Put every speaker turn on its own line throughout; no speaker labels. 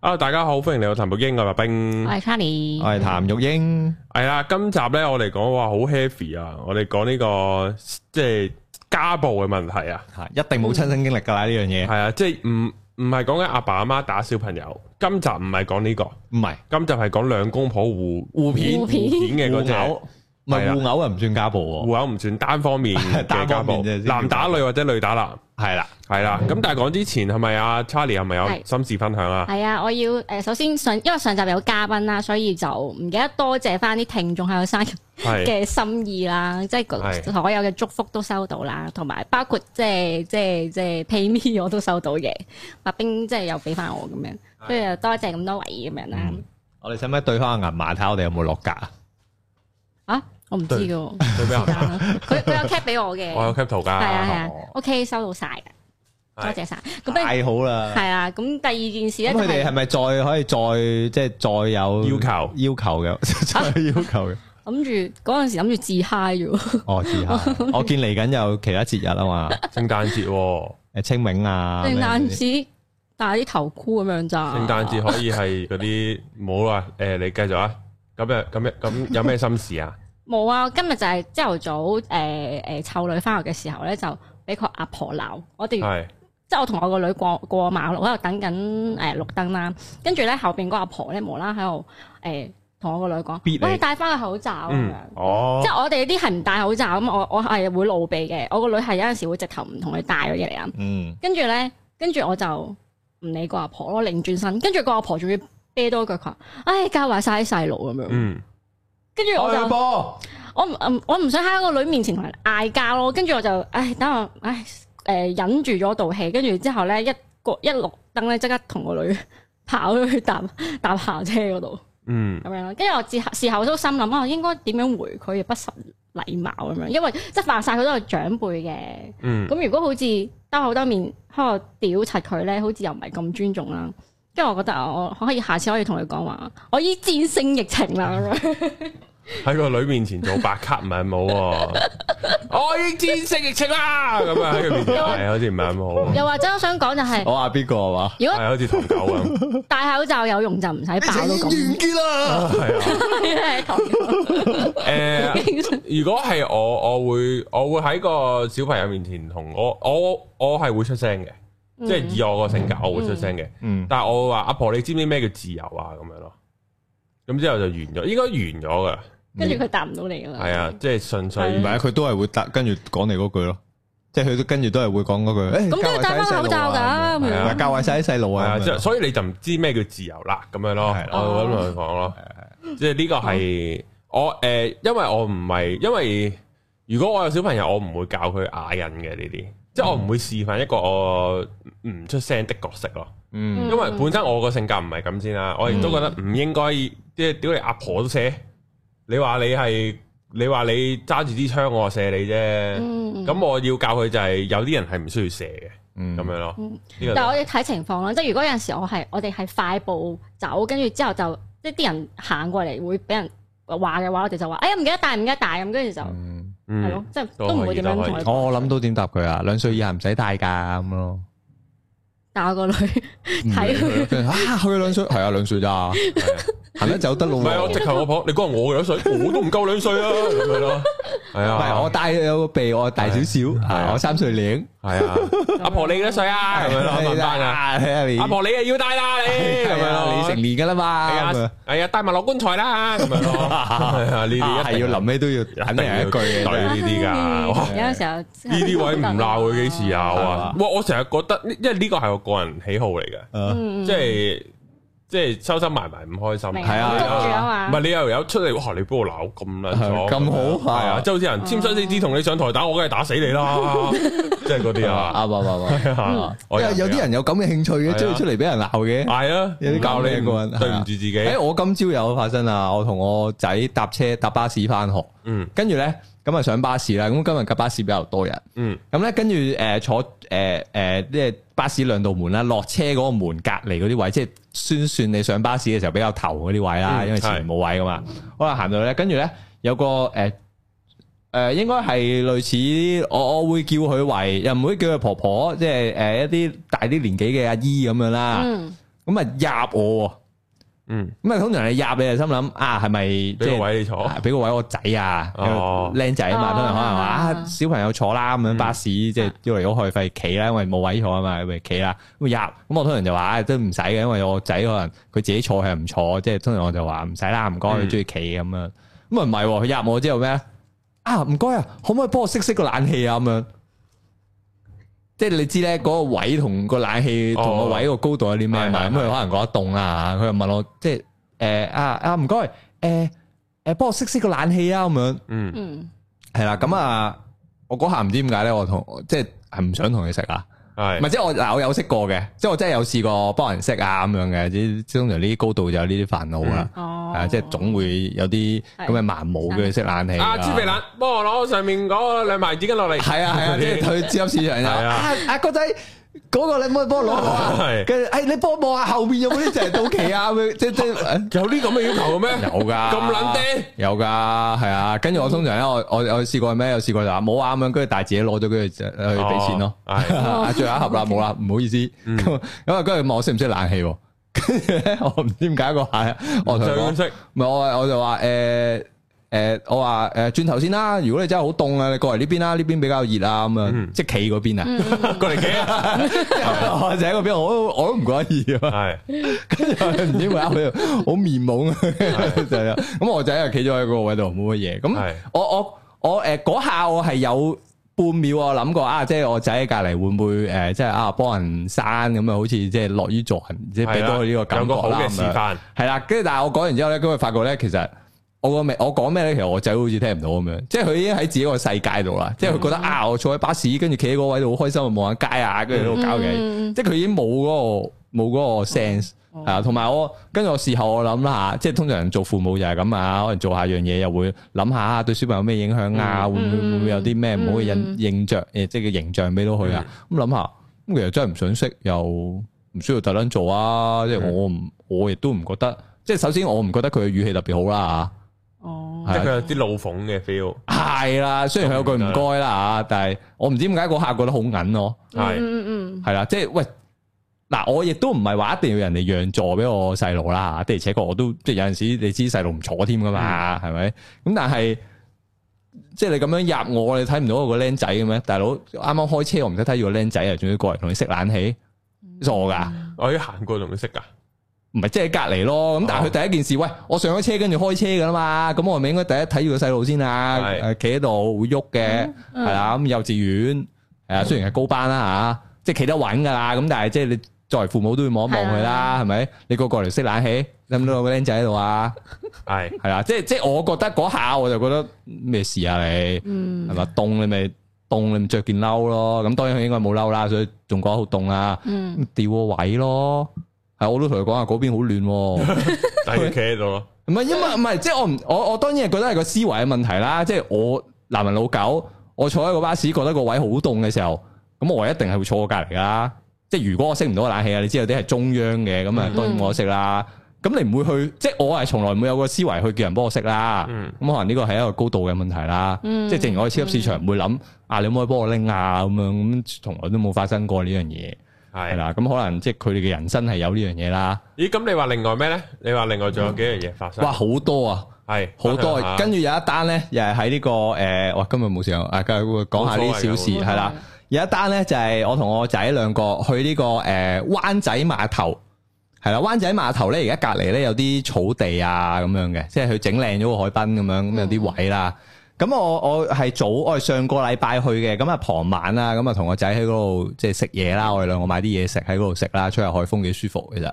啊！大家好，歡迎嚟到談育鷹嘅白冰，
我係 Charlie，
我係譚玉英，
係啦。今集咧，我哋講話好 heavy 啊！我哋講呢個即係家暴嘅問題啊，
吓一定冇親身經歷噶啦呢樣嘢，
係啊，即係唔唔係講緊阿爸阿媽打小朋友。今集唔係講呢個，
唔係
今集係講兩公婆互互片
互
互
片
片嘅嗰
互
隻
毆，唔係互毆啊，唔算家暴
互
喎，
毆唔算單方面 嘅
單
家暴，
方面啫先嗯
男打女或者女打男，
係啦，
係啦。咁但係講之前係咪阿 Charlie 係咪有
係
心事分享啊？
係啊，我要诶、呃首先上，因為上集有嘉賓啦，所以就唔記得多謝翻啲聽眾喺我生日
係
嘅心意啦，即
係
係所有嘅祝福都收到啦，同埋包括即係即係即係 pay me 我都收到嘅，白冰即係又俾翻我咁樣，所以就多謝咁多位咁樣啦。
嗯我哋使唔使對翻個銀碼睇下我哋有冇落格啊？
啊，我唔知
對
嘅喎，
對咩啊？
佢佢有 cap 俾我嘅，
我有
係
cap 圖
啊係
㗎，
啊，OK 收到晒嘅，多
係
謝晒。咁不如
太好啦！
係啊，咁第二件事咧
咁
就
佢
係
哋係咪再可以再即係再有
哦要求
要 求嘅再要求嘅？
諗住嗰陣時諗住自嗨啫喎，
哦，試下。我見嚟緊有其他節日 啊嘛，
聖誕節喎。
誒清明啊，
聖
咩
誕
嗰啲
節戴啲頭箍咁樣咋？
聖誕節可以係嗰啲冇啦，誒、你繼續啊。咁啊，咁咁有咩心事 啊？
冇啊！今日就係朝頭早誒誒湊女翻學嘅時候咧，就俾佢阿婆鬧我哋。
係
即係我同我個女過過馬路喺度等緊誒綠燈啦，跟住咧後邊嗰個阿婆咧無啦喺度誒同我個女
逼你
講：，喂，戴翻個口罩咁
嗯
樣。
哦
即，係我哋啲係唔戴口罩咁，我我係會露鼻嘅。我個女係有陣時會直頭唔同佢戴嗰嘢嚟啊。
嗯，
跟住咧，跟住我就唔理個阿婆咯，擰轉身，跟住個阿婆仲要啤多一句佢話：，唉，教壞晒啲細路咁樣。
嗯，
跟住我
開
就
波，
我唔嗯我唔想喺個女面前同人嗌交咯。跟住我就唉，等我唉誒、忍住咗道氣，跟住之後咧一個一綠燈咧，即刻同個女跑咗去搭 搭校車嗰度
嗯，
咁樣咯。跟住我事後事後都心諗啊，我應該點樣回佢，亦不失禮貌咁樣，因為即係話晒佢都係長輩嘅。
嗯，
咁如果好似兜口兜面喺度屌柒佢咧，好似又唔係咁尊重啦。跟住我覺得啊我可以下次可以同佢講話，我已戰勝疫情啦咁 樣。
喺個女面前做白卡唔係冇喎。 我已經戰勝疫情啦！咁啊喺佢面前係好似唔係咁好，
又或者我想講就
哦
係、
我話邊個係嘛？
如
係
果
好似唐狗 咁，
戴口罩有用就唔使爆到咁。
結啦！
係啊。
係同
誒，如果係我，我會我會喺個小朋友面前同我我我係會出聲嘅，即
嗯
係以我個性格，我會出聲嘅。
嗯，
但系我話阿婆，你知唔知咩叫自由啊？咁樣咯，咁之後就完咗，應該完咗噶，
跟住佢答唔到你噶啦。
係啊，，即係純
唔
粹
嗯係
系佢都係會答，跟住講你嗰句咯，即係佢都跟住都係會講嗰句。
咁都要戴翻口罩㗎。咁
係
樣
啊
嗱，教壞晒啲細路
係
啊
啊，，即係所以你就唔知咩叫自由啦，咁樣咯，
係啦
我會咁同佢講咯，即係呢啊個係我诶，因為我唔係，因為如果我有小朋友，我唔會教佢啞忍嘅呢啲，即係我唔會示範一個我唔出聲的角色咯。
嗯
因為本身我個性格唔係咁先啦，我亦都覺得唔應該，即係屌你阿婆都射，你話你係你話你揸住支槍，我話射你啫。
嗯
咁我要教佢就係有啲人係唔需要射嘅，
嗯
咁樣咯。
嗯
呢個
但係我哋睇情況啦，即係如果有陣時我係我哋係快步走，跟住之後就即係啲人行過嚟會俾人話嘅話，我哋就話：哎呀唔記得帶，唔記得帶咁，跟住就係
嗯
嗯
咯，即係
都
都唔
可
會
以
點樣
都可以
同佢講。
我我諗到點答佢啊，兩歲以下唔使戴㗎咁咯。
但我個女睇佢，
佢啊，佢兩歲係啊，兩歲咋，行得走得路
唔。係我直頭我婆，你講我兩歲，我都唔夠兩歲啊，咁樣咯。係
唔係
啊，
我戴有個鼻，我大少少，啊我三歲零。
係啊，阿婆你幾多歲啊？咁樣咯，問翻啊，
係啊，你
阿婆你啊要戴啦，你咁樣
係啊，
咯，
你成年㗎啦嘛，
係
咁
啊
啊，
係啊，帶埋落棺材啦，咁樣咯。係 啊，呢啲
係
一定
要臨尾都要肯定係一句嘅
對呢啲㗎哇
有陣時候呢
呢啲位唔鬧佢幾時有啊
係嘛？
哇！我成日覺得呢，因為呢個係我個人喜好嚟嘅，
啊
嗯
即係即係收收埋埋唔開心，
明
係啊
谷住啊
唔
嘛，
係你又有出嚟，哇！你幫我鬧咁撚咗，
係咁好
係啊！
啊
即係好似人簽生死紙同你上台打，我梗係打死你 啦，即係嗰啲啊！
啱啱啱
啊我
嗯啱，因為有啲人有咁嘅興趣
係啊
嘅，中意出嚟俾人鬧嘅。
嗌啊，
有啲
教
咁
你
嘅一個人
唔對唔住自己
诶，，我今朝有發生啊！我同我仔搭車搭巴士翻學，
嗯
跟住咧咁啊上巴士啦。咁今日嘅巴士比較多人，
嗯
咁咧跟住诶坐诶诶即係巴士兩道門啦，落車嗰個門隔離嗰啲位，即係宣算你上巴士嘅時候比較頭嗰啲位啦，
嗯
因為前面冇位噶嘛。好啦，行到咧，跟住咧有個诶诶，應該係類似我我會叫呃佢為又唔會叫佢婆婆，即係诶一啲大啲年紀嘅阿姨咁樣啦。
嗯，
咁啊入我喎，
嗯，
咁啊通常你入你就心諗啊係咪即
俾
係
個位你坐，
啊俾個位我仔啊，
哦
僆仔啊嘛，通常可能話
啊
啊小朋友坐啦咁樣
嗯
巴士即係要嚟咗去費企啦，因為冇位坐啊嘛，咪企啦。咁入咁我通常就話啊都唔使嘅，因為我仔可能佢自己坐係唔坐，即係通常我就話唔使啦，唔該，
嗯
佢中意企咁樣。咁啊唔係喎，佢入我之後咩啊啊唔該啊，可唔可以幫我熄熄個冷氣啊咁樣？即係你知咧，嗰個位同個冷氣
哦
同個位個高度有啲咩嘛？
係係
咁佢可能覺得凍啦，啊佢又問我即係誒啊啊唔該誒誒，幫我熄熄個冷氣啊咁樣。
嗯
嗯，
係啦，咁啊，我嗰下唔知點解咧，我同即係係唔想同佢食啊，唔
係
係即係我嗱，我有識過嘅，即係我真係有試過幫人識啊咁樣嘅，即係通常呢啲高度就有呢啲煩惱啦，
哦
係，啊，即係總會有啲咁嘅盲毛嘅識冷氣
啊朱肥蘭，幫我攞上面嗰兩埋紙巾落嚟，
係啊 係啊，即係佢超級市場就
係啊
啊啊哥仔。嗰個你可唔可以幫我攞下啊
係？
跟住，誒你幫我望下後面有冇啲就係到期啊？咁樣即即誒
有啲咁嘅要求嘅咩？
有㗎，
咁撚癲
有㗎，係啊。跟住我通常咧，我我我試過係咩？有試過就話冇啊咁樣，跟住但係自己攞咗跟住就去俾錢咯。
哦，嗯係
啊， 最後一盒啦， 冇啦，唔好意思。咁咁啊，跟住問我識唔識冷氣喎？跟住咧，我唔知點解嗰下，我同佢講
最識
唔係我我就話誒誒，我話誒轉頭先啦。如果你真係好凍啊，你過嚟呢邊啦，呢邊比較熱啊，咁啊
嗯，
即係企嗰邊啊。
過嚟嘅，
我就喺嗰邊，我都我都唔覺得熱啊。
係
跟住佢唔知點解佢好面懵啊， 就係咁咁我仔又企咗喺嗰個位度冇乜嘢。咁
係
我我我誒嗰下我係有半秒我諗過啊，即係我仔喺隔離會唔會誒即係啊幫人生咁啊，好似即係樂於助人，即係俾到佢
啊
呢個
有
感覺
個好
啦
嘅
咁
示
樣
範，
係啦，跟住但係我講完之後咧，咁佢發覺咧，其實我個咩，我講咩咧，其實我仔好似聽唔到咁樣，即係佢已經喺自己個世界度啦，即係佢覺得啊，我坐喺巴士，跟住企喺嗰位度好開心，望下街啊，跟住喺度搞嘅，
嗯
即係佢已經冇嗰個冇
哦
嗰個 sense。係啊，同埋我跟住我事後我諗啦吓，即係通常做父母就係咁啊，可能做下樣嘢又會諗下啊對小朋友有咩影響啊，會唔會會唔會有啲咩唔好嘅印
嗯
印象誒，即係嘅形象俾到佢啊。咁諗下，咁其實真係唔想識，又唔需要特登做啊。即係
嗯
我唔，我亦都唔覺得。即係首先我唔覺得佢嘅語氣特別好啦啊
哦，
即係
係
佢有啲怒諷嘅 feel，
吓，係啦。雖然佢有句唔該啦吓，但係我唔知點解嗰下覺得好銀咯。
嗯
係
嗯嗯
係啦，即係喂，嗱，我亦都唔係話一定要人哋讓座俾我細路啦，吓的而且確我都即係有陣時你知細路唔坐添噶嘛，係咪？咁但係即係你咁樣入我，你睇唔到我個僆仔嘅咩？大佬啱啱開車，我唔使睇住個僆仔啊，仲要過嚟同你熄冷氣，傻
嗯
噶！
我要行過同佢識噶，
唔係即係隔離咯，咁但係佢第一件事，喂，我上咗車跟住開車噶啦嘛，咁我咪應該第一睇住個細路先啊，
係
誒企喺度會喐嘅，
嗯
係啦，咁幼稚園係啊，雖然係高班啦嚇，即係企得穩噶啦，咁但係即係你作為父母都要望一望
啊
佢啦，係咪？你個過嚟熄冷氣，諗唔諗到個僆仔喺度啊？
係
係啦，即係即係我覺得嗰下我就覺得咩事啊你？
嗯
係咪凍你咪凍你咪着件褸咯，咁當然佢應該冇褸啦，所以仲覺得好凍啦。
嗯
咁調個位咯。係，我都同佢講啊，嗰邊好亂喎。
但係佢企喺度咯，
唔係因為唔係，即係我唔我我當然係覺得係個思維嘅問題啦。即係我男人老狗，我坐喺個巴士覺得個位好凍嘅時候，咁我一定係會坐我隔離啦。即係如果我熄唔到個冷氣啊，你知有啲係中央嘅，咁啊當然我熄啦。咁你唔會去，即係我係從來唔會有個思維去叫人幫我熄啦。
嗯
咁可能呢個係一個高度嘅問題啦。
嗯
即係正如我喺超級市場唔會諗啊，你可唔可以幫我拎啊咁樣，咁從來都冇發生過呢樣嘢。係
係。
啦，咁可能即係佢哋嘅人生係有呢樣嘢啦。
咦，咁你話另外咩咧？你話另外仲有幾樣嘢發生？
哇，好多啊，
係
好多
分享下
啊。跟住有一單咧，又係喺呢個誒，哇，今日冇時間啊，講下啲小事
冇所謂
係啦。有一單咧就係我同我仔兩個去呢個誒灣仔碼頭，係啦，灣仔碼頭咧而家隔離咧有啲草地啊咁樣嘅，即係佢整靚咗個海濱咁樣，咁有啲位啦。咁我我係早我係上個禮拜去嘅，咁啊傍晚啦，咁啊同我仔喺嗰度即係食嘢啦，我哋兩個買啲嘢食喺嗰度食啦，吹下海風幾舒服其實。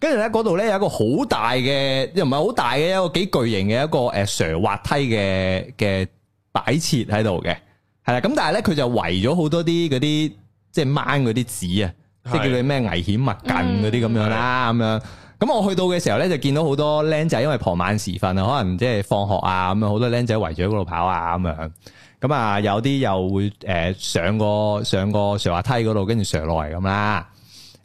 跟住咧嗰度咧有一個好大嘅，又唔係好大嘅一個幾巨型嘅一個誒斜滑梯嘅嘅擺設喺度嘅，係啦。咁但係咧佢就圍咗好多啲嗰啲即係掹嗰啲紙啊，即係叫你咩危險物近嗰啲咁樣啦，咁樣。咁我去到嘅時候咧，就見到好多僆仔，因為傍晚時分啊，可能即係放學啊，咁樣好多僆仔圍住喺嗰度跑啊，咁樣。咁啊，有啲又會誒、呃上個上個斜滑梯嗰度，跟住斜落嚟咁啦。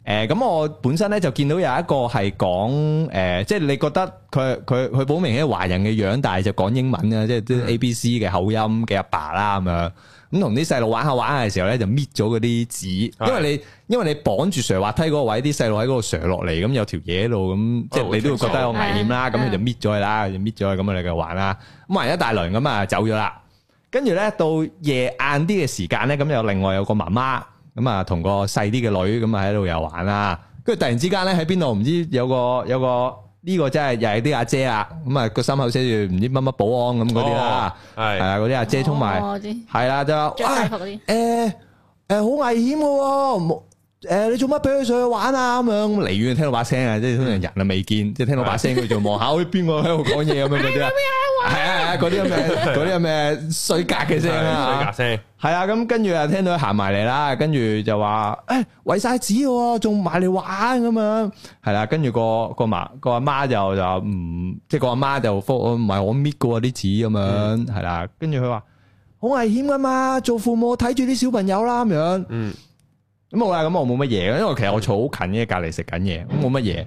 誒、誒咁、我本身咧就見到有一個係講誒，即係你覺得佢佢佢好明顯係華人嘅樣，但係就講英文嘅，即係啲 A B C 嘅口音嘅阿爸啦咁樣。咁同啲細路玩下玩下嘅時候咧，就搣咗嗰啲紙，因為你因為你綁住斜滑梯嗰個位，啲細路喺嗰度斜落嚟，咁有條嘢喺度，咁即
哦
係你都會覺得有危險啦。
嗯
咁佢就搣咗佢啦，就搣咗佢，咁啊我哋就玩啦。咁玩一大輪咁啊，走咗啦。跟住咧到夜晏啲嘅時間咧，咁有另外有個媽媽咁啊，同個細啲嘅女咁啊喺度又玩啦。跟住突然之間咧喺邊度唔知有個有個呢、個真係又係啲阿姐啊，咁啊個心口寫住唔知乜乜保安咁嗰啲啦，係
係
啦嗰啲阿姐衝埋，
哦哦我知
係啦就話
着
哇
制服嗰啲，
誒誒好危險嘅喎，冇誒你做乜俾佢上去玩啊？咁樣離遠聽到把聲啊，即係通常人啊未見，即係聽到把聲佢就望下，咦邊個喺度講嘢咁樣嗰啲 啊？係啊係啊，嗰啲咁嘅嗰啲咁嘅衰格嘅聲
係，
啊
水！聲，
係啊，咁跟住啊，聽到佢行埋嚟啦，跟住就話誒毀晒紙喎，仲埋嚟玩咁樣，係啦，跟住個個媽個阿媽就就話唔，即係個阿媽就覆我唔係我搣過啲紙咁樣，係啦，跟住佢話好危險噶嘛，做父母睇住啲小朋友啦咁樣，
嗯，
咁好啦，咁我冇乜嘢，因為其實我坐好近嘅，隔離食緊嘢，咁冇乜嘢。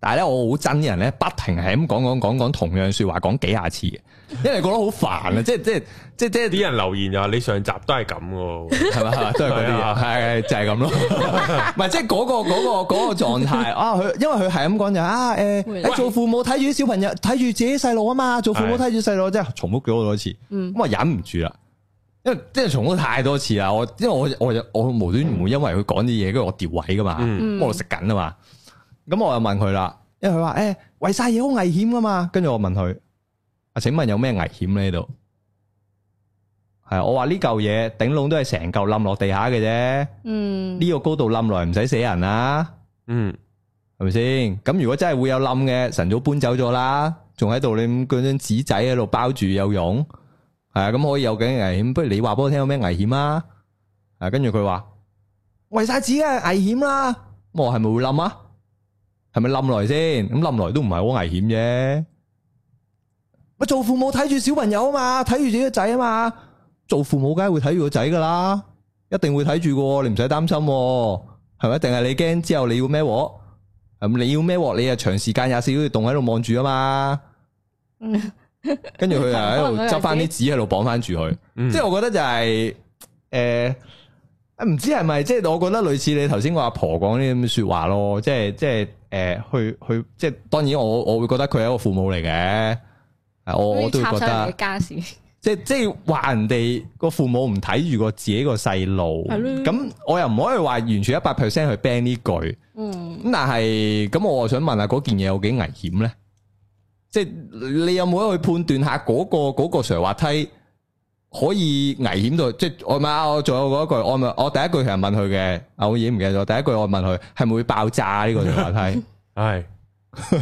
但係咧，我好憎啲人咧，不停係咁講講講講同樣説話，講幾下次嘅，因為覺得好煩啊！即係即係即係即係
啲人留言就話你上集都係咁 嘅喎，
系嘛，係嘛都係嗰啲
係
嘢，
啊
係係就係咁 咯。唔係即係嗰個嗰個嗰個狀態啊， 佢因為佢係咁講就啊
喂
誒，做父母睇住啲小朋友，睇住自己細路啊嘛，做父母
係
睇住細路，即係重複咗好多次，
嗯
咁我忍唔住啦。因為即係重複太多次啦，我因為我我就我無端唔會因為佢講啲嘢，跟住我調位噶嘛，
嗯
咁我食緊啊嘛，咁我又問佢啦，因為佢話誒為晒嘢好危險噶嘛，跟住我問佢，啊請問有咩危險咧？呢度係我話呢嚿嘢頂籠都係成嚿冧落地下嘅啫，
嗯，
呢個高度冧落嚟唔使死人啦，
嗯，
係咪先？咁如果真係會有冧嘅，晨早搬走咗啦，仲喺度你咁嗰張紙仔喺度包住有用，係啊，咁可以有緊危險，不如你話俾我聽有咩危險啊？啊，跟住佢話為晒紙嘅危險啦，咁我係咪會冧啊？係咪冧落嚟先？咁冧落嚟都唔係好危險啫。咪做父母睇住小朋友啊嘛，睇住自己個仔啊嘛，做父母梗係會睇住個仔噶啦，一定會睇住噶，你唔使擔心喎，係咪？定係你驚之後你要孭鑊？咁你要孭鑊，你啊長時間廿四小時凍喺度望住啊嘛，
嗯
跟住佢又喺度執翻啲紙喺度綁翻住佢，
嗯
即係我覺得就係、誒。唔知係咪即係我覺得類似你頭先個阿婆講啲咁嘅説話咯，即係即係誒、去去即係當然我我會覺得佢係一個父母嚟嘅，啊我我都
插
會覺
手人哋
得
嘅家事，
即係即係話人哋個父母唔睇住個自己個細路，
係咯
咁我又唔可以話完全一百 percent 去 ban 呢句。
嗯，
咁但係咁，我又想問下嗰件嘢有幾危險咧？即係你有冇得去判斷下嗰、個嗰、個斜滑梯可以危險到？即係我咪啊我仲有嗰一句，我咪我第一句其實問佢嘅，啊我已經唔記得咗。第一句我問佢係咪會爆炸啊呢、個斜滑梯？
係，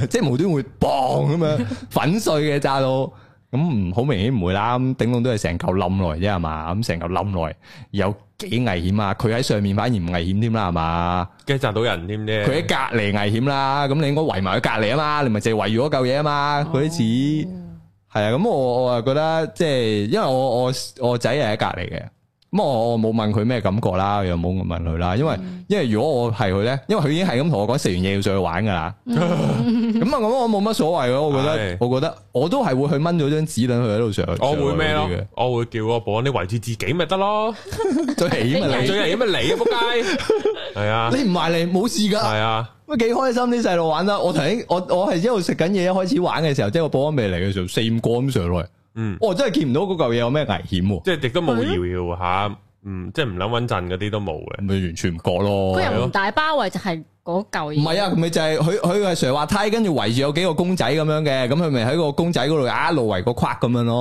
即係無端會砰咁樣粉碎嘅炸到，咁唔好明顯唔會啦。咁頂籠都係成嚿冧落嚟啫係嘛，咁成嚿冧落嚟有幾危險啊？佢喺上面反而唔危險添啦係嘛？
跟住窒到人添啫，
佢喺隔離危險啦，咁你應該圍埋佢隔離啊嘛，你咪淨係圍住嗰嚿嘢啊嘛，
哦
佢啲紙係啊，咁我我啊覺得即係，因為我我我仔係喺隔離嘅，咁我我冇問佢咩感覺啦，又冇問佢啦，因為
嗯
因為如果我係佢咧，因為佢已經係咁同我講食完嘢要上去玩噶啦，
嗯
咁啊咁我冇乜所謂咯，我覺得
係
我覺得我都係會去掹咗張紙等佢喺度上去，
我會咩
上去嗰啲
咯？我會叫個保安你圍住自己咪得 咯，
嘅最起
係
碼
最危險咪你啊仆街， 係啊
你，你唔埋嚟冇事㗎。
係啊。
乜幾開心啲細路玩得，我頭先我我係一路食緊嘢，一開始玩嘅時候，即係個保安未嚟嘅時候，四五個咁上落嚟，
嗯，
我真係見唔到嗰嚿嘢有咩危險喎，
即係亦都冇搖搖下，嗯，即係唔諗穩陣嗰啲都冇嘅。
咪完全唔覺咯
佢。又唔大包圍，就係嗰嚿嘢。
唔係啊，咪就係佢佢係斜滑梯，跟住圍住有幾個公仔咁樣嘅，咁佢咪喺個公仔嗰度一路圍個框咁樣咯。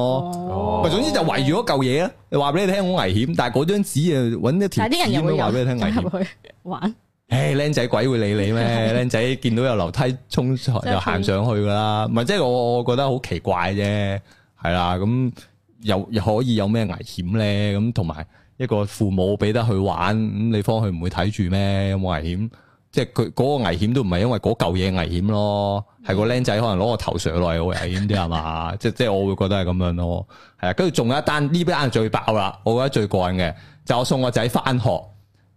哦，
咪、總之就圍住嗰嚿嘢啊！你話俾你聽好危險，但係嗰張紙啊揾一條
但係啲人
紙
又
咁
會
樣話俾你聽 危
入
險。啊
入去玩，
唉，僆仔鬼會理你咩？僆仔見到有樓梯衝上
真係
又行上去噶啦，唔係即係我我覺得好奇怪啫，係啦，咁又又可以有咩危險咧？咁同埋一個父母俾得佢玩，咁你方佢唔會睇住咩？有冇危險？即係佢嗰個危險都唔係因為嗰嚿嘢危險咯，係個僆仔可能攞個頭上落嚟會危險啲係嘛？ 即即係我會覺得係咁樣咯，係啊。跟住仲有一單呢單係最爆啦，我覺得最過癮嘅就我送個仔翻學。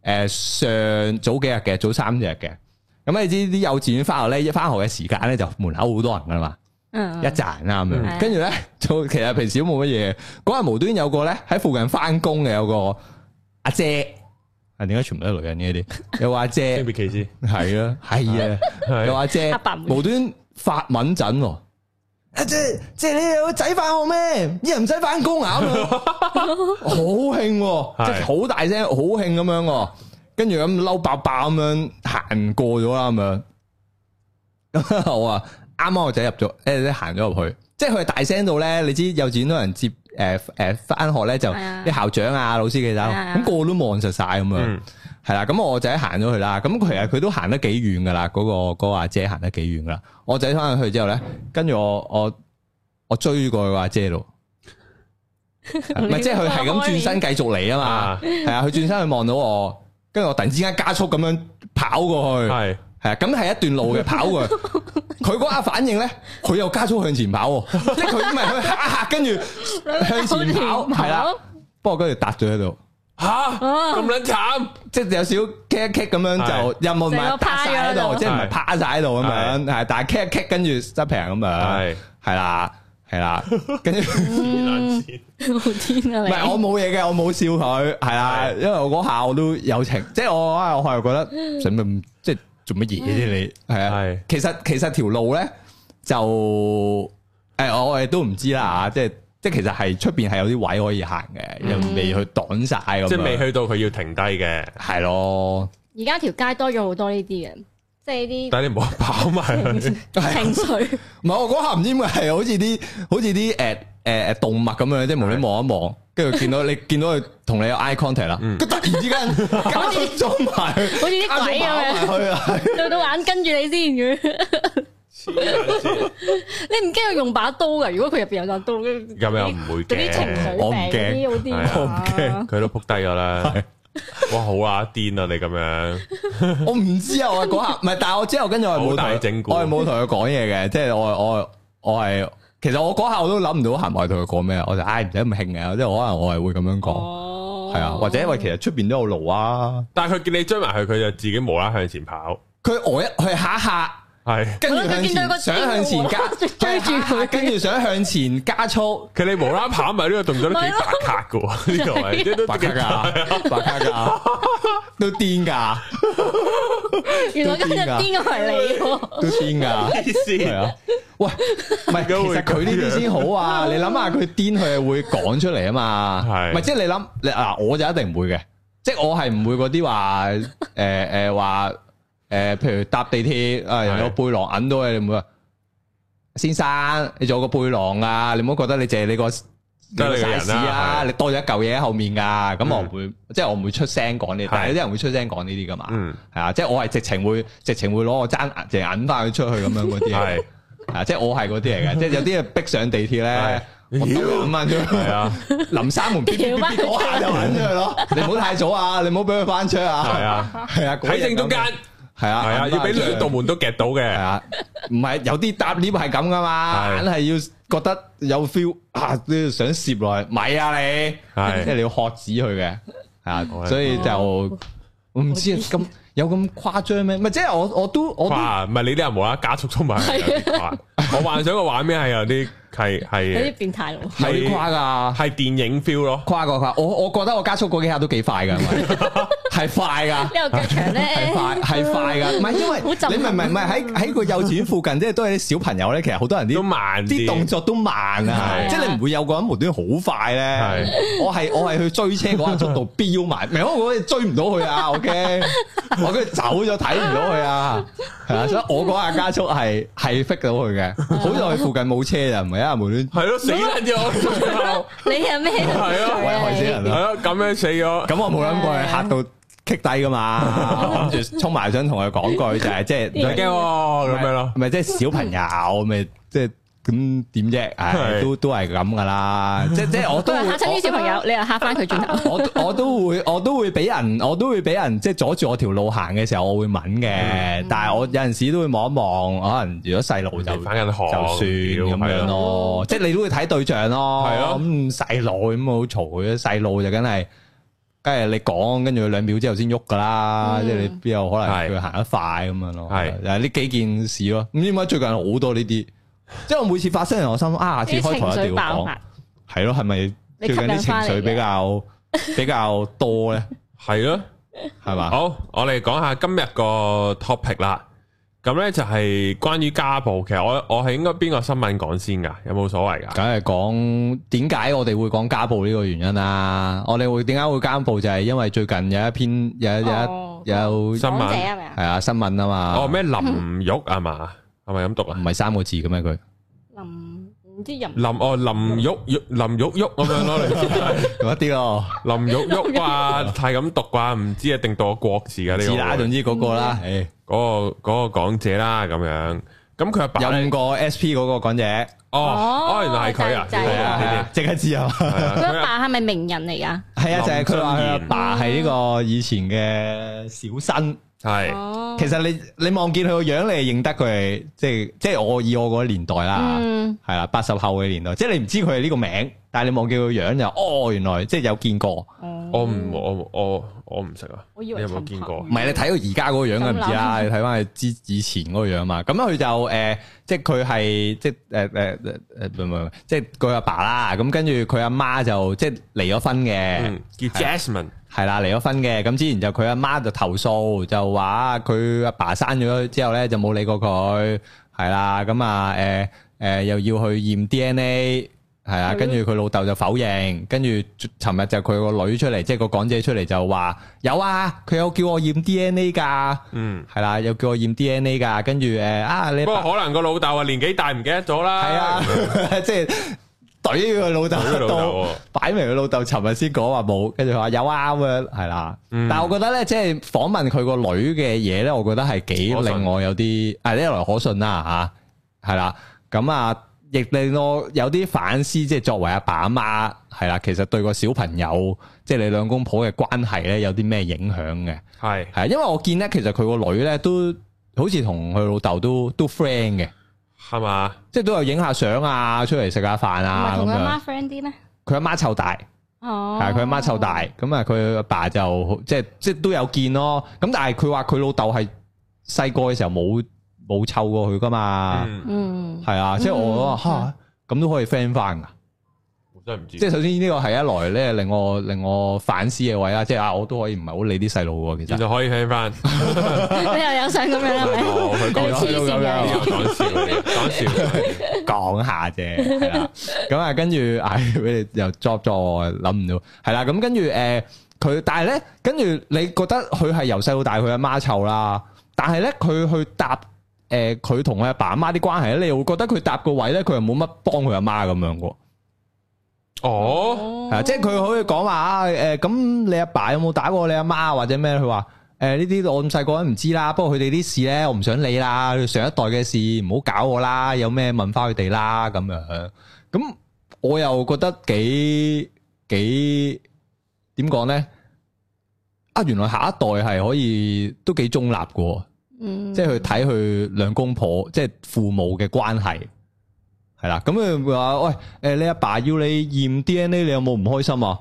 诶上早幾日嘅，早三日嘅。咁你知啲幼稚園翻學咧，一翻學嘅時間咧就門口好多人噶啦嘛。
嗯，
一賺啦咁
嗯
樣，跟住咧 就其實平時都冇乜嘢。嗰日無端有個咧喺附近翻工嘅有個阿姐，啊點解全部都係女人嘅啲？有個阿姐
性別歧視
係啊，係啊，有
係
阿姐
黑白妹
無端發文陣喎。阿姐，姐你有個仔翻學咩？一日唔使翻工啊咁樣， 好興喎，即係
係
好大聲，好興咁樣喎。跟住咁嬲爆爆咁樣行過咗啦咁樣。咁 我啊，啱啱我仔入咗，诶、即係行咗入去，即係佢係大聲到咧，你知幼稚園都有人接诶诶翻學咧，就
係啊
啲校長啊、老師嘅
係
咋，
啊
咁個個都望實晒咁樣，
嗯
係啦。咁我仔行咗去啦，咁其實佢都行得幾遠噶啦，嗰、個嗰、個阿姐行得幾遠噶啦。我仔翻去之後咧，跟住我我我追過佢個阿姐 咯。 唔係，即係佢係咁轉身繼續嚟啊嘛，
啊，
係啊，佢轉身去望到我，跟住我突然之間加速咁樣跑過去，
係
係啊，咁係一段路嘅跑 過去，佢嗰下反應咧，佢又加速向前跑 喎，即係佢唔係佢嚇嚇，跟住向前跑，係啦，不過跟住搭咗喺度，
吓咁撚慘，
即係有少少 kick 一 kick 咁樣
係
就又冇唔
成個
係搭
趴咗
晒喺
喺
度，
度
即係唔係
係
趴晒喺度咁樣，係但係 kick 一 kick 跟住執平咁樣，
係
係啦係啦，跟 住。
黐撚線
好天啊
唔
你！
係我冇嘢嘅，我冇笑佢，係啦，
係
因為我嗰下我都有情，即係我啊，我係覺
嗯
得使乜咁即係做乜嘢啫你？係啊
係，
其實其實條路咧就诶，誒我哋都唔知啦吓，即係即係其實係出边係有啲位可以行嘅，
嗯
又未去擋晒咁樣，
即係未去到佢要停低嘅，
係咯，
而家條街多咗好多呢啲嘅，即係呢
但係你唔好跑 埋去，
啲情緒。
唔係啊我嗰下唔知點解係好似啲好似啲诶诶诶动物咁樣，即係無端望一望。跟住見到你見到佢同你有 eye contact 啦，佢突然之間加速咗埋去，
好似啲鬼咁樣
加速跑埋去啊！
到到眼跟住你先嘅，
黐撚線
你唔驚佢用把刀㗎？如果佢入邊有把刀，咁
咁又唔會
嗰啲情
嘅，
緒
我唔
病
驚
嗰
係
啲
啊
好
我
啲
唔
啊。
佢都撲低咗啦。哇，好啊，癲啊你咁樣。
我唔知啊，我嗰下唔係，但係我之後跟住我係冇
好大
同
整
佢，
蠱
我係冇同佢講嘢嘅，即係我我我係，其實我嗰下我都諗唔到行埋同佢講咩，我就唉唔使咁興嘅，即係可能我係會咁樣講，
哦，
係啊，或者因為其實出邊都有路啊，
但係佢見你追埋去，佢就自己無啦啦向前跑，
佢我一佢下一下。
係。
跟住
我覺得
向
佢見到有
前，
個
想向前加，
追追住佢
下一下跟住想向前加速，
佢哋無啦啦跑埋呢個動作都幾白卡噶喎，呢個位即係都
白卡
幾
噶，白卡噶，都癲噶，
原來今日癲嘅係你喎。
都癲噶。
黐線
系啊， 喂，唔系，
點
其
解會
實佢呢啲先好啊！你諗下佢癲，佢係會講出嚟啊嘛，
係
唔係即係你諗，你嗱我就一定唔會嘅，即係我係唔會嗰啲話 诶诶話诶，譬如搭地鐵啊，有個背囊揞到嘅，你唔會話先生，你仲有個背囊啊，你唔好覺得你淨係你個
得
你
你個
個
人
size 啊，
啦係嗯
你多咗一嚿嘢喺後面噶，咁我唔會，即係我唔會出聲講呢啲，但係
係
有啲人會出聲講呢啲噶嘛，
嗯，
係啊，即係我係直情會直情會攞我爭淨揞翻佢出去咁樣嗰啲嚟
係
啊，即係我係嗰啲嚟嘅，即係有啲嘢逼上地鐵咧
係，
我抌蚊出
係
去，
啊，
臨閂門，
掉
嗰
返佢
下就揾出去咯。你唔好太早啊，你唔好俾佢翻出
係
啊，
啊，
係啊，
喺正中間，
係啊，
係啊，要俾兩道門都夾到
係
嘅，
啊，唔係有啲搭 lift 係咁噶嘛，
係
硬係要覺得有 feel 啊，都要想攝落去，咪啊你，
係
即係你要喝止佢嘅，係
好
啊，
啊
所以就我唔知啊咁有咁誇張咩？咪即係我我都我都
哇，
啊
唔係你啲人無啦啦加速衝埋去，有啲 誇我幻想個畫面係有啲係
有啲
係
變態佬，
有啲誇㗎。
係電影 feel 咯，
跨過跨，我我覺得我加速嗰幾下都幾快噶， 係快噶。
呢個劇場
係
咧，
快係快噶，唔係因為
好震撼
你明唔明？唔係喺喺個幼稚園附近，即係都係啲小朋友咧。其實好多人
都
啲
慢
啲動
啲，
作都慢啊，
係
即係你唔會有個人無端好快咧
係。
我係我係去追車嗰下速度飆埋，明我我追唔到佢啊！我驚我跟住走咗睇唔到佢啊，係啊，所以我嗰下加速係係 fit 到佢嘅。好在佢附近冇車啊，唔係啊無端
係咯，死撚 咗我，
你係咩？
係啊
喂害死人啊
係咯，咁樣死咗，
咁我冇諗過係嚇到棘低 噶嘛，諗住衝埋想同佢講句就係即係
唔使驚喎咁樣咯，
咪即係小朋友咪即係咁點啫？唉，
係
都都係咁噶啦，即即係我都
佢
會
話 嚇親啲小朋友，你又嚇翻佢轉頭。
我我我都會我都會俾人我都會俾人即係阻住我條路行嘅時候，我會問
嗯
嘅，但係我有陣時都會望一望，可能如果細路就
就翻緊學，
就算咁樣
係咯，
咯，即係你都會睇對象咯。啊
係咯
咁細路咁好嘈嘅，細路就梗係梗梗係你講，跟住佢兩秒之後先喐噶啦，
嗯
即係你邊有可能
係
佢行得快咁樣咯？
係
就係呢幾件事咯。唔知點解最近好多呢啲，即係我每次發生，我心諗啊，下次
啲
開
情
台一
緒
定要
爆
講，
發，
係咯，係咪
你
最近啲
吸引
情
返嚟
緒
嘅
比較比較多咧？
系咯。
係嘛？
好，我哋講下今日個 topic 啦。咁呢就係關於家暴，其實我我系应该边个新聞講先噶？有冇所謂㗎？
梗係講點解我哋會講家暴呢個原因啦？我哋會點解會家暴就係因為最近有一篇有一
哦
有一有
新聞
港姐係咪啊？
係啊新聞啊嘛。
哦，咩林玉啊嘛？係咪咁讀啊
唔？係三個字嘅咩？佢
林唔知人
林哦林玉玉林玉玉咁樣咯， 你
有一啲咯，
林玉玉啩係咁讀啩？唔知一定讀個國字㗎呢
字啦，
個
總之嗰個啦，
嗰
誒
個嗰個講者啦咁樣。咁佢阿爸呢
有五個 SP 嗰個講者，係
哦
哦
哦原來係佢啊，
就係
呢啲
就係
啊係啊，即刻知啊嘛，
係啊
佢
佢
阿
阿
爸係咪名人嚟噶？
係啊，就係佢話佢阿
林俊賢
爸係呢個以前嘅小新。
係
哦，
其實你你望見佢個樣，你係認得佢係，即係即係我以我嗰個年代
Ờ.
啦，
嗯
係啦，八十後嘅年代，即係你唔知佢係呢個名，但係你望見佢個樣就哦，原來即係有見過，唔
哦
我唔我我我唔識啊，
我以為
你有冇
陳
見
柏
過
宇
係你睇佢而家嗰個樣佢唔知
咁
啦，
諗
你睇翻佢之以前嗰個樣嘛，咁佢就誒，即係佢係即係誒誒誒誒唔係唔係，即係佢阿爸啦，咁跟住佢阿媽就即係離咗婚嘅。
嗯叫 Jasmine
係啦，離咗婚嘅，咁之前就佢阿媽就投訴，就話啊佢阿爸生咗之後咧就冇理過佢，係啦，咁啊誒誒又要去驗 DNA，係啦，
嗯
跟住佢老豆就否認，跟住尋日就佢個女出嚟，即係個港姐出嚟就話有啊，佢有叫我驗 DNA 㗎，
嗯。
係啦，有叫我驗 DNA 㗎，跟住誒啊你
不過
爸
可能個老豆啊年紀大唔記得咗啦，
係啊， 即係懟佢老豆
佢老
到
豆喎。
擺明佢老豆尋日先講話冇，跟住佢話有啊咁樣，係啦。
嗯
但係我覺得咧，即係訪問佢個女嘅嘢咧，我覺得係幾
可信
令我有啲啊一來可信啦吓，係啦。咁啊，亦令我有啲反思，即係作為阿爸阿媽係啦，其實對個小朋友，即係你兩公婆嘅關係咧，有啲咩影響嘅？
係
係因為我見咧，其實佢個女咧都好似同佢老豆都都 friend 嘅，
係嘛？
即係都有影下相啊，出嚟食下飯
唔係
啊咁
同佢
樣
阿媽。friend Ờ. 啲咩？
佢阿媽湊大。
哦，
係佢阿媽湊大，咁啊佢阿爸就即係即係都有見咯。咁但係佢話佢老豆係細個嘅時候冇冇湊過佢噶嘛，
嗯，
嗯，
係啊，即係我
嗯
話吓咁都可以 friend 翻噶。
我真係唔知。
即係首先呢個係一來咧令我令我反思嘅位啦，即係啊我都可以唔係好理啲細路喎，其
原
實
來可以聽翻，
你又有想咁樣啦係咪？
哦佢講
你
笑
黐線
咁
嘅
樣，
講笑，講笑。
講下啫，係啦。咁啊跟住唉俾你又 job 咗我諗唔到，係啦。咁跟住誒佢，但係咧跟住你覺得佢係由細到大佢阿媽湊啦，但係咧佢去搭。誒佢同佢阿爸阿媽啲關係咧，你又會覺得佢搭個位咧，佢又冇乜幫佢阿媽咁樣喎，
哦，
係啊，即係佢可以講話啊誒，咁、你阿爸有冇打過你阿媽或者咩？佢話誒呢啲我咁細個都唔知啦，不過佢哋啲事咧，我唔想理啦，上一代嘅事唔好搞我啦，有咩問翻佢哋啦咁樣。咁我又覺得幾幾點講咧？啊，原來下一代係可以都幾中立嘅喎。
嗯，
即係去睇佢兩公婆，即係父母嘅關係，係啦。咁佢話：喂，誒、你阿爸要你驗 DNA，你有冇唔開心啊？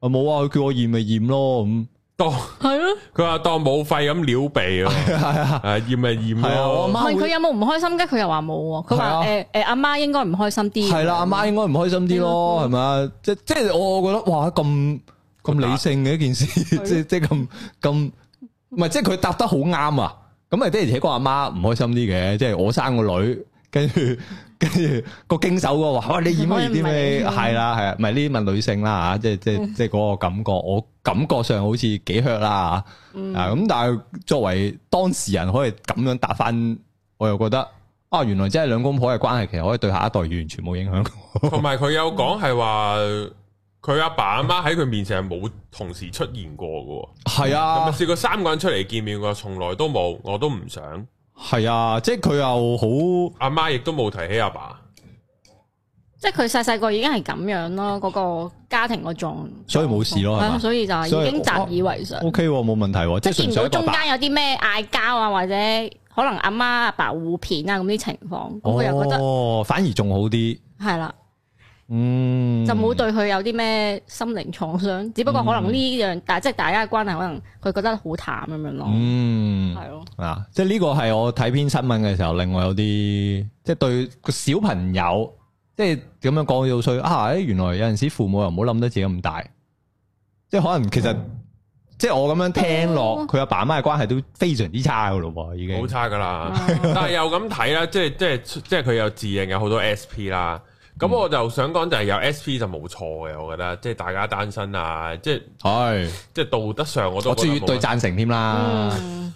啊冇啊，佢叫我驗咪驗咯， 咁
當
係咯。
佢話當冇肺咁撩鼻喎，
係啊，
啊驗咪驗
係啊，我阿
咯。
媽
問佢
會
有冇唔開心，跟住佢又話冇喎。佢
係啊
話誒誒，阿媽應該唔開心啲。
係啦，阿媽應該唔開心啲咯，
嗯
係咪啊？即即係我我覺得哇，咁咁理性嘅一件事，即即咁咁，唔係即係佢答得好啱啊！咁咪的而且確阿媽唔開心啲嘅，即係我生個女，跟住 跟住個經手個話，哇啊你染乜染
可以唔
啲咩？
係你嗯
係啦係啊，唔係呢啲問女性啦啊嚇，即係即係即係嗰個感覺，我感覺上好似幾 hurt 啦
嗯
嚇，啊咁但係作為當事人可以咁樣答翻，我又覺得啊原來真係兩公婆嘅關係其實可以對下一代完全冇影響。
同埋佢有講係話，佢阿爸阿媽喺佢面前係冇同時出現過嘅喎。
係
有
啊
冇。試過三個人出嚟見面過？從來都冇，我都唔想。
系啊，即系佢又好
阿媽亦都冇提起阿爸。
即係佢細細個已經係咁樣咯，嗰個家庭個狀，
所以冇事咯係嘛
係啊所以就係
所以
已經習以為常。
OK 喎冇問題喎，
即
即係
係見
純粹
到
一個
中
爸
間有啲咩嗌交啊，或者可能阿媽
哦
阿爸互片啊咁啲情況，咁佢又覺得
哦，反而仲好啲，
係啦。
嗯，
就冇對佢有啲咩心靈創傷，只不過可能呢樣，但即係大家嘅關係，可能佢覺得好淡咁樣咯，
嗯，
係咯，
嗱，即係呢個係我睇篇新聞嘅時候，令我有啲即係對個小朋友，即係咁樣講到衰啊！誒原來有陣時父母又唔好諗得自己咁大，即係可能其實
嗯
即係我咁樣聽落，佢阿爸媽嘅關係都非常之差噶咯喎，已
好
經。啊
差噶啦
嗯。
但係又咁睇啦，即係即係即係佢有自認有好多 SP 啦。
嗯
咁我就想講就係有 SP 就冇錯嘅，我覺得即係大家單身啊，即係
係，
即係道德上我都
我絕對贊成添啦。
嗯，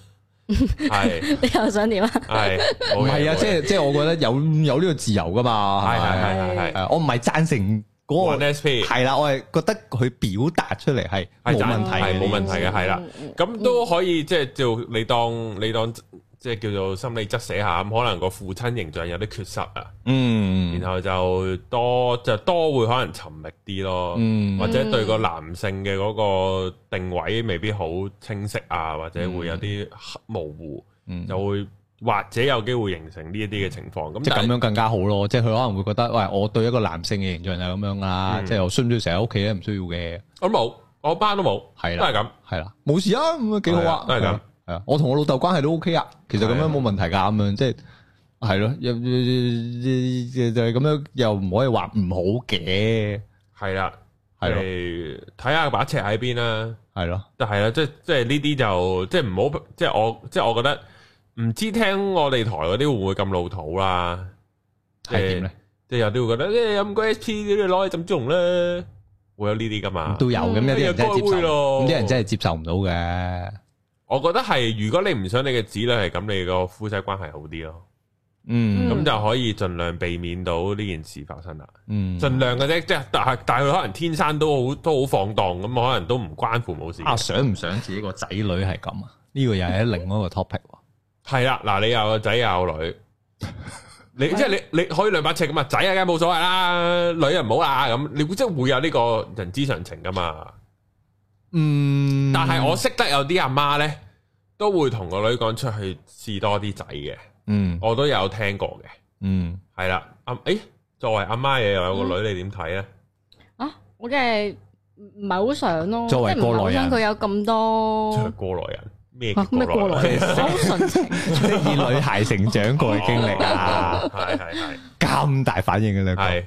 係
你又想點啊？
係
唔
冇嗯嘢
係啊，
冇嘢
即係即係我覺得有有呢個自由噶嘛。
係係
咪
係係係
誒我唔係贊成嗰個
玩 SP
係啦，我係覺得佢表達出嚟係
係
冇
贊
問題嘅，
係冇問題嘅係啦
嗯，嗯
咁都可以即係叫你當你當即係叫做心理側寫下，咁可能個父親形象有啲缺失啊，
嗯，
然後就多就多會可能沉溺啲咯，
嗯
或者對個男性嘅嗰個定位未必好清晰啊，或者會有啲模糊，
嗯
就會或者有機會形成呢一啲嘅情況。咁
即係
但
咁
係
樣更加好咯，即係佢可能會覺得，喂，我對一個男性嘅形象係咁樣啦，
嗯
即係我需唔需要成日喺屋企咧？唔需要嘅，
我冇，我班都冇，
係
都係
啦，
咁。
係啦，冇事啊，咁啊幾好啊，
係啊都係咁，
係啊，我同我老豆關係都 OK 啊，其實咁
係
樣
啊
冇問題㗎，咁樣即係係咯，又又就係咁樣，又唔可以話唔好嘅，
係啦，
係咯
誒睇下把尺喺邊啦。
係咯，
但係啦，即即係呢啲就即係唔好，即係我即係我覺得唔知聽我哋台嗰啲會唔會咁老土啦。
係點咧？
即係有啲會覺得，誒有咁鬼 SP，你攞去浸豬籠咧，會有呢啲噶嘛？
都有咁
嗯
有啲人真係接
應該會
受，
咯
咁啲人真係接受唔到嘅，
我覺得係，如果你唔想你嘅子女係咁，你個夫妻關係好啲咯，
嗯
咁就可以盡量避免到呢件事發生啦。
嗯，
盡量嘅啫，即係但係但係佢可能天生都好都好放蕩，咁可能都唔關父母事。
啊，想唔想自己個仔女係咁啊？呢個又係另外一個 topic 喎。
係啦，嗱，你有個仔又有女，你即係你你可以兩把尺咁啊，仔啊梗係冇所謂啦，女啊唔好啦，咁你即係會有呢個人之常情噶嘛。
嗯，
但係我識得有啲阿媽呢，都會同個女講出去試多啲仔嘅，
嗯
我都有聽過嘅。
嗯
係啦，阿誒作為阿媽嘢又有個女，你點睇呢？
啊，我真係唔係好想咯，
作為
即係唔係
過
好
來人
想佢有咁多
作為過來人咩
哦啊
叫
咩
過
過
來
來
人？
人，我好純情，
即係以女孩成長過嘅經歷啊，
係係係
咁大反應嘅 兩個，
係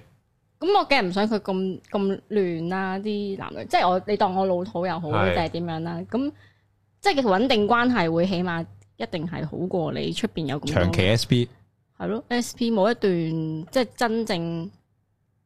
咁我梗係唔想佢咁咁亂啦，啲男女，即係我你當我老土又好，
係
定係點樣啦？咁即係穩定關係會起碼一定係好過你出邊有咁多
長
嗯
期 SP
係咯，SP 冇一段即係真正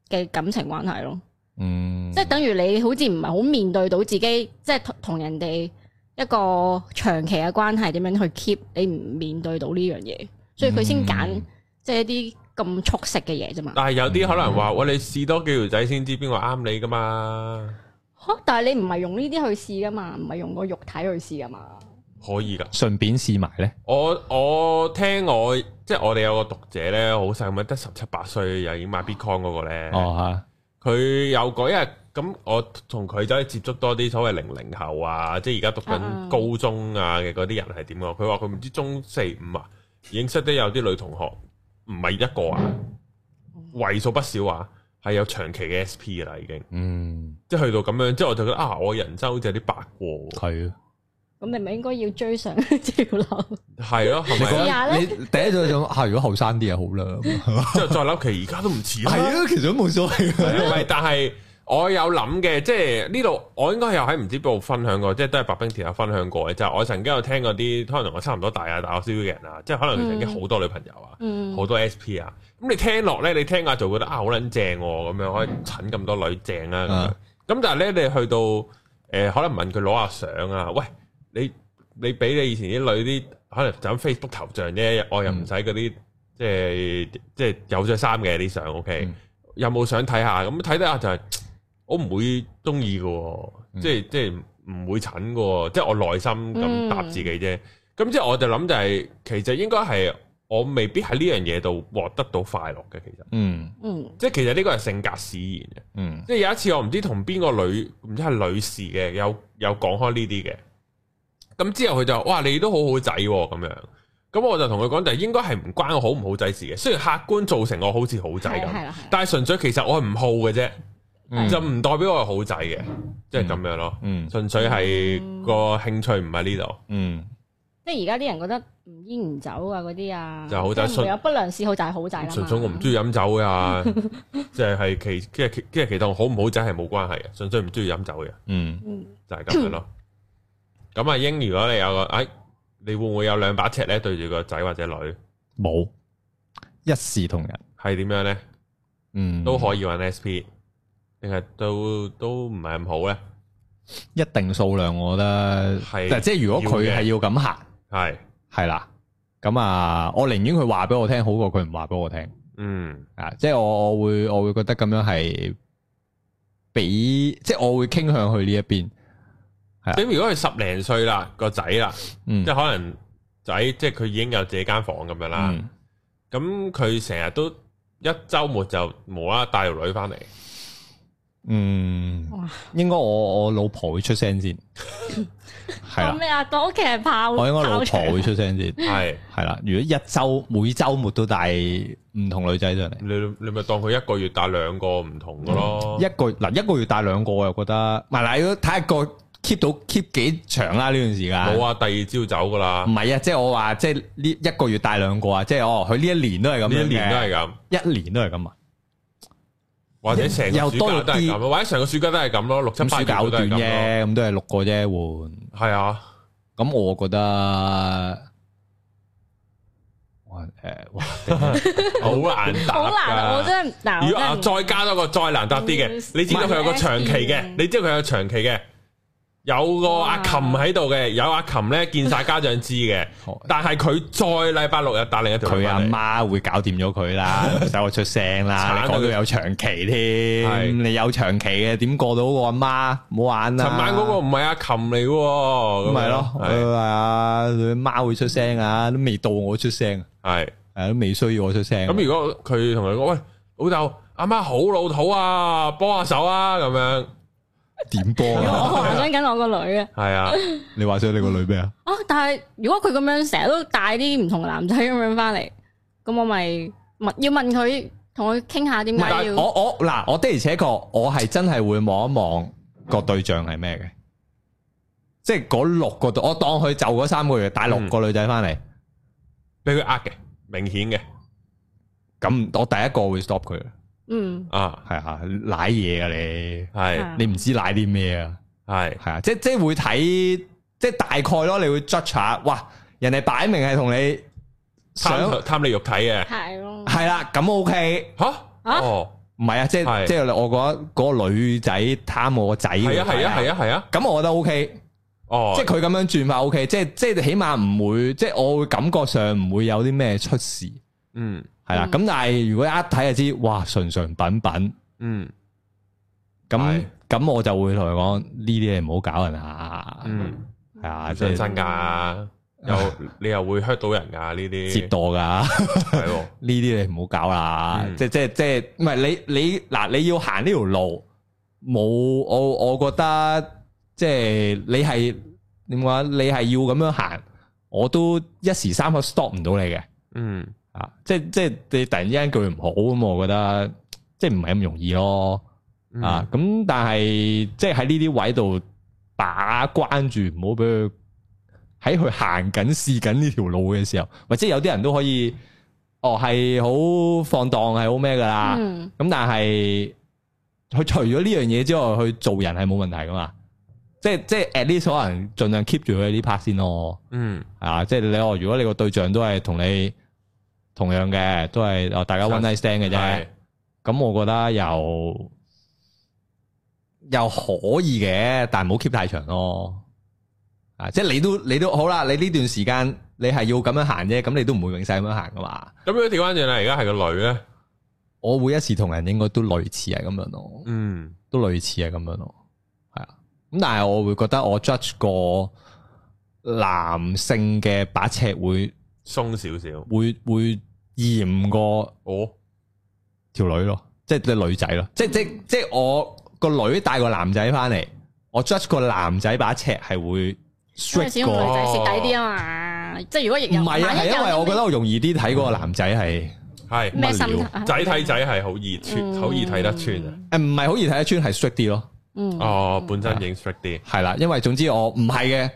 嘅感情關係咯，
嗯，
即係等於你好似唔係好面對到自己，即係同同人哋一個長期嘅關係點樣去 keep，你唔面對到呢樣嘢，所以佢先揀
嗯
即係一啲咁速食嘅嘢啫嘛。
但係有啲可能話，喂，你試多幾條仔先知邊個啱你噶嘛？
吓，但係你唔係用呢啲去試噶嘛，唔係用個肉體去試噶嘛。
可以噶。
順便試埋咧，
我我聽我即係我哋有個讀者咧，好細咁樣，得十七八歲又已經買 Bitcoin 嗰個咧，
哦
佢、有個因為咁，我同佢走去接觸多啲所謂零零後啊，即係而家讀緊
嗯
高中啊嘅嗰啲人係點啊？佢話佢唔知中四五啊，已經識得有啲女同學唔係一個啊，為數不少啊，係有長期嘅 SP 噶啦，已經
吓，嗯，
即係去到咁樣，之後我就覺得啊，我人生好似有啲白過喎，
係啊，
咁你咪應該要追上潮流。
係咯，係
你
咪
講
啊？
下呢
你第一種就啊，如果後生啲就好啦，
之後再諗，其實而家都唔似啦
係啊，其實都冇所謂啊，
唔係，但係我有諗嘅，即係呢度我應該有喺唔知邊度分享過，即係都係白冰田有分享過嘅，就係我曾經有聽過啲可能同我差唔多大啊、大我少少嘅人啊，即係可能佢曾經好多女朋友啊，
嗯，
好、多 SP 啊，咁你聽落咧，你聽下就覺得啊好撚正喎，咁樣可以襯咁多女正啊咁樣
嗯。
咁但係咧，你去到誒、呃可能問佢攞下相啊，喂，你你俾你以前啲女啲可能就咁 Facebook 頭像啫，我又唔使嗰啲即係即係有着衫嘅啲相，OK，、
嗯
有冇想睇下？咁睇得下就係、我唔會中意嘅喎，
嗯
即係即係唔會襯嘅喎，即係我內心咁
嗯
答自己啫。咁即係我就諗就係、其實應該係我未必喺呢樣嘢度獲得到快樂嘅，其實。
嗯
嗯
即係其實呢個係性格使然嘅，
嗯
即係有一次我唔知同邊個女唔知係女士嘅，有有講開呢啲嘅。咁之後佢就話哇你都好好仔喎咁樣，咁我就同佢講，就係應該係唔關我好唔好仔事嘅。雖然客觀造成我好似好仔
係啦係
咁
啦係啦，
但係純粹其實我係唔好嘅啫，
嗯
就唔代表我係好仔嘅，即係咁樣咯。
嗯
純粹係
嗯
個興趣唔喺呢度，
嗯
即係而家啲人覺得唔煙唔酒啊嗰啲啊，
就好仔
即係唔會有不良嗜好就係啊好仔啦嘛。
純粹我唔中意飲酒噶，即係係其即係其即係其實同好唔好仔係冇關係嘅，純粹唔中意飲酒嘅，
嗯
嗯
就係咁樣咯。咁阿英，如果你有個哎，你會唔會有兩把尺咧對住個仔或者女？
冇一視同仁，
係點樣咧？
嗯
都可以揾 SP，定係都都唔係咁好咧？
一定數量，我覺得
係
但係即係如果佢係要咁行，
係，
係啦，咁啊，我寧願佢話俾我聽，好過佢唔話俾我聽
嗯
啊！即係我我會我會覺得咁樣係比，即係我會傾向去呢一邊，啊
咁如果佢十零歲啦，個仔啦，
嗯，
即係可能仔，即係佢已經有自己間房咁樣啦。
嗯
咁佢成日都一周末就無啦啦帶條女翻嚟，
嗯
哇，
應該我我老婆會出聲 先，係
當
啦，
咩啊？當屋企人炮，
我應該老
炮仗
婆會出聲先。
係
係啦，如果一周每周末都帶唔同女仔上嚟，
你你咪當佢一個月帶兩個唔同嘅咯。
一個嗱一個月帶兩個，我又覺得，唔係嗱，如果睇下個 keep 到 keep 幾長啦呢段時間。
冇啊，第二朝走噶啦
唔，係啊，即係我話即係呢一個月帶兩個啊，即係哦，佢呢一年都係咁
呢
樣
一年都係咁，
係一年都係咁啊，
或者成個
又
暑
多
假
咗
都係
啲
咁，或者成個暑假都係咁咯，六七
咁
八
暑
月
假
都
好
係
短
咁
啫，咁都係六個啫
咯。係 啊，
換，咁我覺得，哇誒，哇
好難答㗎。
好難，我真係嗱，
如
我
果啊
真係
再加多個再難答啲嘅，你知道佢有個長期嘅
嗯，
你知道佢有長期嘅，有個阿琴喺度嘅，有阿琴咧見晒家長知 嘅，
好
但係佢再禮拜六日打另一條女
佢阿
翻嚟，
媽啊會搞掂咗 佢啦，唔使我出聲啦。
鏟
你
到佢
講到有長期
係
添，你有長期嘅點過到個阿媽？唔好玩啦。
尋晚嗰個唔係阿琴嚟喎，咁
咁咪咯，佢
係
話啊佢媽會出聲啊，都未到我出聲，
係
誒都未需要我出聲。啊
咁如果佢同佢講喂老豆阿媽好老土啊，幫下手啊咁樣，
點波
我
啊？
幻想緊我個女啊！
係啊，
你話想你個女咩啊？
啊，但係如果佢咁樣成日都帶啲唔同嘅男仔咁樣翻嚟，咁我咪問要問佢，同佢傾下點
唔
解
係，
要
我我嗱，我的而且確，我係真係會望一望個對象係咩嘅，即係嗰六個對，我當佢就嗰三個月帶六個女仔翻嚟，
俾佢呃嘅，明顯嘅
咁我第一個會 stop 佢，
嗯
啊，
係啊，舐嘢啊你，
係
你唔知舐啲咩啊，
係
係啊，即即係會睇，即係大概咯，你會 judge 下，哇，人哋擺明係同你想
貪貪你肉體嘅
係咯，
係啦，咁 OK，
吓
啊
哦，
唔係啊，即係
係
即係我覺得嗰個女仔貪我個仔，
係啊係啊係啊
啊，
係啊，
咁我覺得 OK。
哦，
即係佢咁樣轉法 O K，即係即係起碼唔會，即係我會感覺上唔會有啲咩出事，
嗯
係啦。
嗯
咁、但係如果一睇就知，哇，純純品品，
嗯係
咁咁我就會同佢講呢啲嘢唔好搞人啊，
嗯。
係啊，即
上
係
身噶，又 你又會 hurt 到人噶呢啲，
折墮噶，
係喎
呢啲你唔好搞啦。
嗯
即係即係即係，唔係你你嗱，你要行呢條路，冇我我覺得即係你係點講啊？你係要咁樣行，我都一時三刻 stop 唔到你嘅。
嗯
啊，即係即係你突然之間句唔好咁，我覺得即係唔係咁容易咯。
嗯
啊，咁但係即係喺呢啲位度把關住，唔好俾佢喺佢行緊試緊呢條路嘅時候，或者有啲人都可以，哦係好放蕩係好咩噶啦。咁、
嗯
但係佢除咗呢樣嘢之外，去做人係冇問題噶嘛。即係即係 at least 可能盡量 keep 住佢呢 part 先咯。
嗯
啊，即係你我如果你個對象都係同你同樣嘅，都係哦大家 one night stand 嘅啫
係，
咁我覺得又又可以嘅，但係唔好 keep 太長咯。啊，即係你都你都好啦，你呢段時間你係要咁樣行啫，咁你都唔會永世咁樣行噶嘛。
咁樣調翻轉啦，而家係個女咧，
我會一視同仁，應該都類似係咁樣咯，
嗯
都類似係咁樣咯，係啊。咁但係我會覺得我 judge 個男性嘅把尺會。
鬆少少，
會会严過
哦
條女咯，即係啲女仔咯，即即即我個女帶個男仔翻嚟，我 judge 個男仔把尺係會
因為始
strict
終女
過
仔蝕底啲啊嘛，嘛？即係如果亦
唔
有，
係啊，
萬一
係
有
因為
啲
我覺
咩
得我容易啲睇嗰個男仔係，
係
咩心
乜料
態？
仔睇仔係好易穿，好易睇得穿啊！
誒唔係好易睇得穿，係 strict 啲咯，
嗯，
哦，本身已經 strict 啲，
係啦，因為總之我唔係嘅，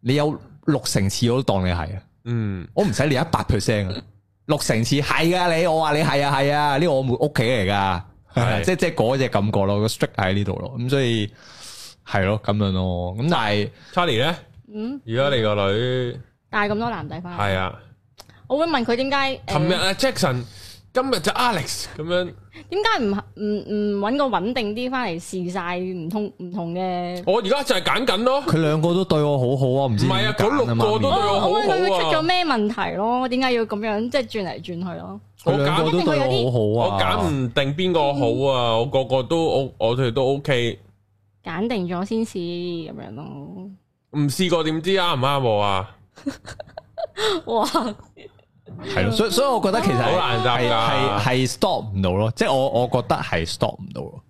你有六成次我都當你係啊，
嗯，
我唔使你一百 percent 啊，六成次係噶你，我話你係啊係啊，呢個我妹屋企嚟噶，
係
即即係嗰只感覺咯，個 strict 喺呢度咯，咁所以係咯咁樣咯，咁但係
Charlie 咧，
嗯，
如果你個女
帶咁多男仔翻嚟，
係啊，
我會問佢點解？呃誒
琴日啊 Jackson，今日就 Alex 咁樣，
點解唔唔唔揾個穩定啲翻嚟試晒唔同唔同嘅？
我而家就係揀緊咯，
佢兩個都對我好好啊，唔知
唔係啊嗰六個都
對
對我好好啊
我會會出咗咩問題咯？點解要咁樣即係轉嚟轉去咯？
我
佢兩個
揀
都對我
我
好好啊，
揀唔定邊個好啊，我個個都我我哋都 OK，
揀定咗先試咁樣咯。
唔試過點知啱唔啱我啊？
哇！
系咯，所以所以我覺得其實
好難答
係
㗎
係係 stop 唔到咯，即係我我覺得係 stop 唔到咯，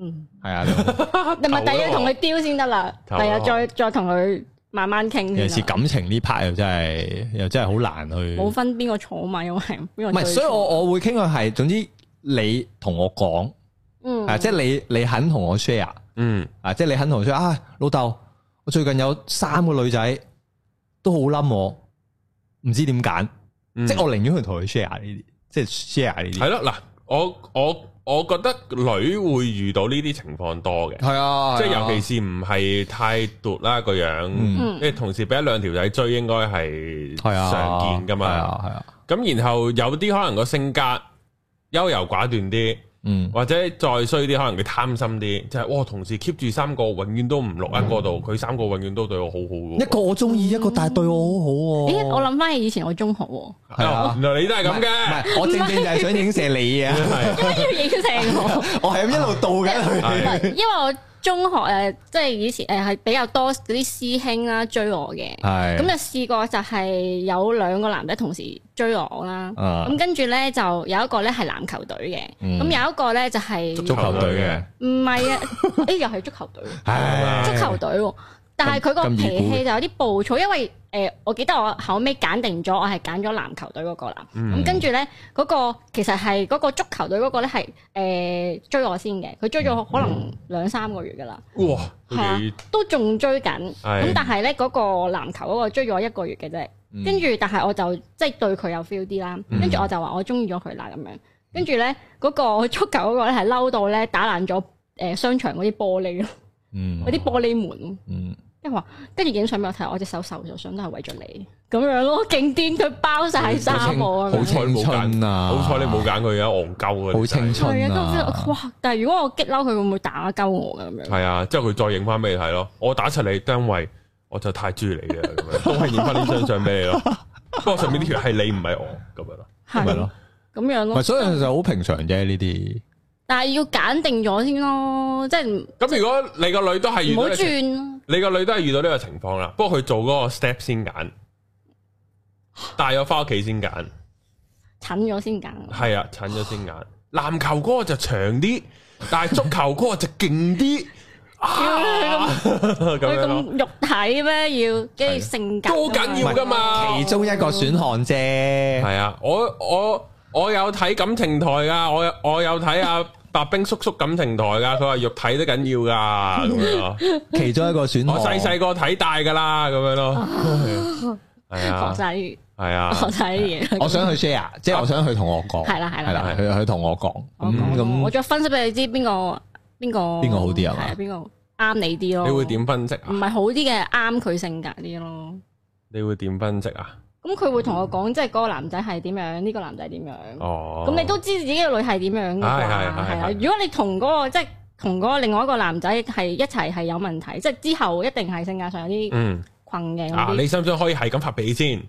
嗯，
係 啊，你
你咪
頭咯
第一日同佢丟先得啦，第
頭咯
日再再同佢慢慢傾先啦。
尤其是感情呢 part 又真係又真係好難去，
冇
唔
分邊個錯嘛，因為邊個
係，所以我我會傾向係，總之你同我講，
嗯
啊，即係你你肯同我 share，
嗯，
啊，即係你肯同我 share 啊，老豆，我最近有三個女仔都好冧我，唔知點揀，
嗯
即係我寧願去同佢 share 呢啲，即係 share 呢啲
係，咯，嗱，我我我覺得女會遇到呢啲情況多嘅。
係啊，
即係尤其是唔係太毒啦個樣，
嗯
因為同時俾一兩條仔追應該係
係啊，
常見噶
係
嘛。
啊係啊，
咁然後有啲可能個性格優柔寡斷啲，
嗯。
或者再衰啲，可能佢貪心啲，就係哇同時 keep 住三個，永遠都唔落一個度，佢三個永遠都對我好好
嗯
嘅喎。
一個我中意，一個但係對我
咦，
好好
我
喎。
諗翻起以前我中學喎，
係啊
原來你都係咁
唔
嘅，
係，我正正就係想影射你 啊！
係
點解要影成我？
我係咁一路導緊
係
佢。
因為我中學誒、呃即係以前誒係、比較多嗰啲師兄啦追我嘅，
啊係
咁就試過就係有兩個男仔同時追我啦。
啊
咁跟住咧就有一個咧係籃球隊嘅，咁、
嗯
有一個咧就係
足
足球隊嘅，
唔係啊？誒又係足球隊，
唉
足球隊喎。但係佢個
咁易
脾
估
氣就有啲暴躁，因為誒、呃我記得我後尾揀定咗，我係揀咗籃球隊嗰個啦。
嗯
咁跟住咧，嗰個其實係嗰個足球隊嗰個咧係誒追我先嘅，佢追
嗯
咗可能兩三個月噶啦，
哇，
係啊
佢幾，
都仲追緊。
係
咁但係咧嗰個籃球嗰個追咗我一個月嘅啫，
嗯
跟住但係我就即係對佢有 feel 啲啦，跟住我就話我中意咗佢啦咁樣。跟住咧嗰個足球嗰個咧係嬲到咧打爛咗誒商場嗰啲玻璃咯，
嗯
嗰啲玻璃門咯。
嗯，
跟住話，跟住影相俾我睇，我隻手受咗傷都係為咗你咁樣咯，勁癲！佢包晒衫我啊！
好
好
青
彩你冇
春
揀，
啊
好彩你冇揀佢啊，戇鳩啊，
好青
清，
係
春
啊，跟住
啊！
哇！但係如果我激嬲佢，會唔會打鳩我㗎咁樣？
係啊，之後佢再影翻俾你睇咯。我打柒你，都因為我就太中意你嘅，咁樣都係影翻呢張相俾你咯。不過上面呢條係你唔係我咁樣咯。
係
咪咯，
咁樣
咪
咯。
所以就好平常啫呢啲。
但係要揀定咗先咯，即係唔
咁如果你個女都係遇
唔好
到呢個情，
轉。
你個女都係遇到呢個情況啦。不過佢做嗰個 step 先揀，帶咗翻屋企先揀，
診咗先 揀，
係啊，診咗先揀。 籃球嗰個就長啲，但係足球嗰個就勁 啲。啊，咁
佢
樣咯，
咁肉體咩？要跟住性格啊
都緊要噶
哦
嘛。
其中一個選項啫，
系啊，我我我有睇感情台噶，我有我有睇阿白冰叔叔感情台噶，佢話肉體都緊要噶咁 樣咯。
其中一個選項。
我細細個睇大噶啦，咁 樣咯。係
學
啊，
晒啲
係啊，
學晒啲嘢。
我想去 share，即係我想去同我講。
係啦係啦
係啦，佢佢同我講。
我
咁
講咯我
嗯咁
再分析俾你知邊個邊個
邊個好啲啊
係
嘛
啊，邊個啱你啲咯？
你會點分析啊
唔？係好啲嘅，啱佢性格啲咯。
你會點分析啊？
咁佢會同我講，即係嗰個男仔係點樣，呢個男仔點樣。
哦，
咁你都知自己嘅女係點樣㗎
係
嘛？
係係
係啦
係。
如果你同嗰個即係同嗰個另外一個男仔係一齊係有問題，即係之後一定係性格上有啲
嗯
困嘅
啊，
嗰啲。
你想唔想可以係咁發脾氣先？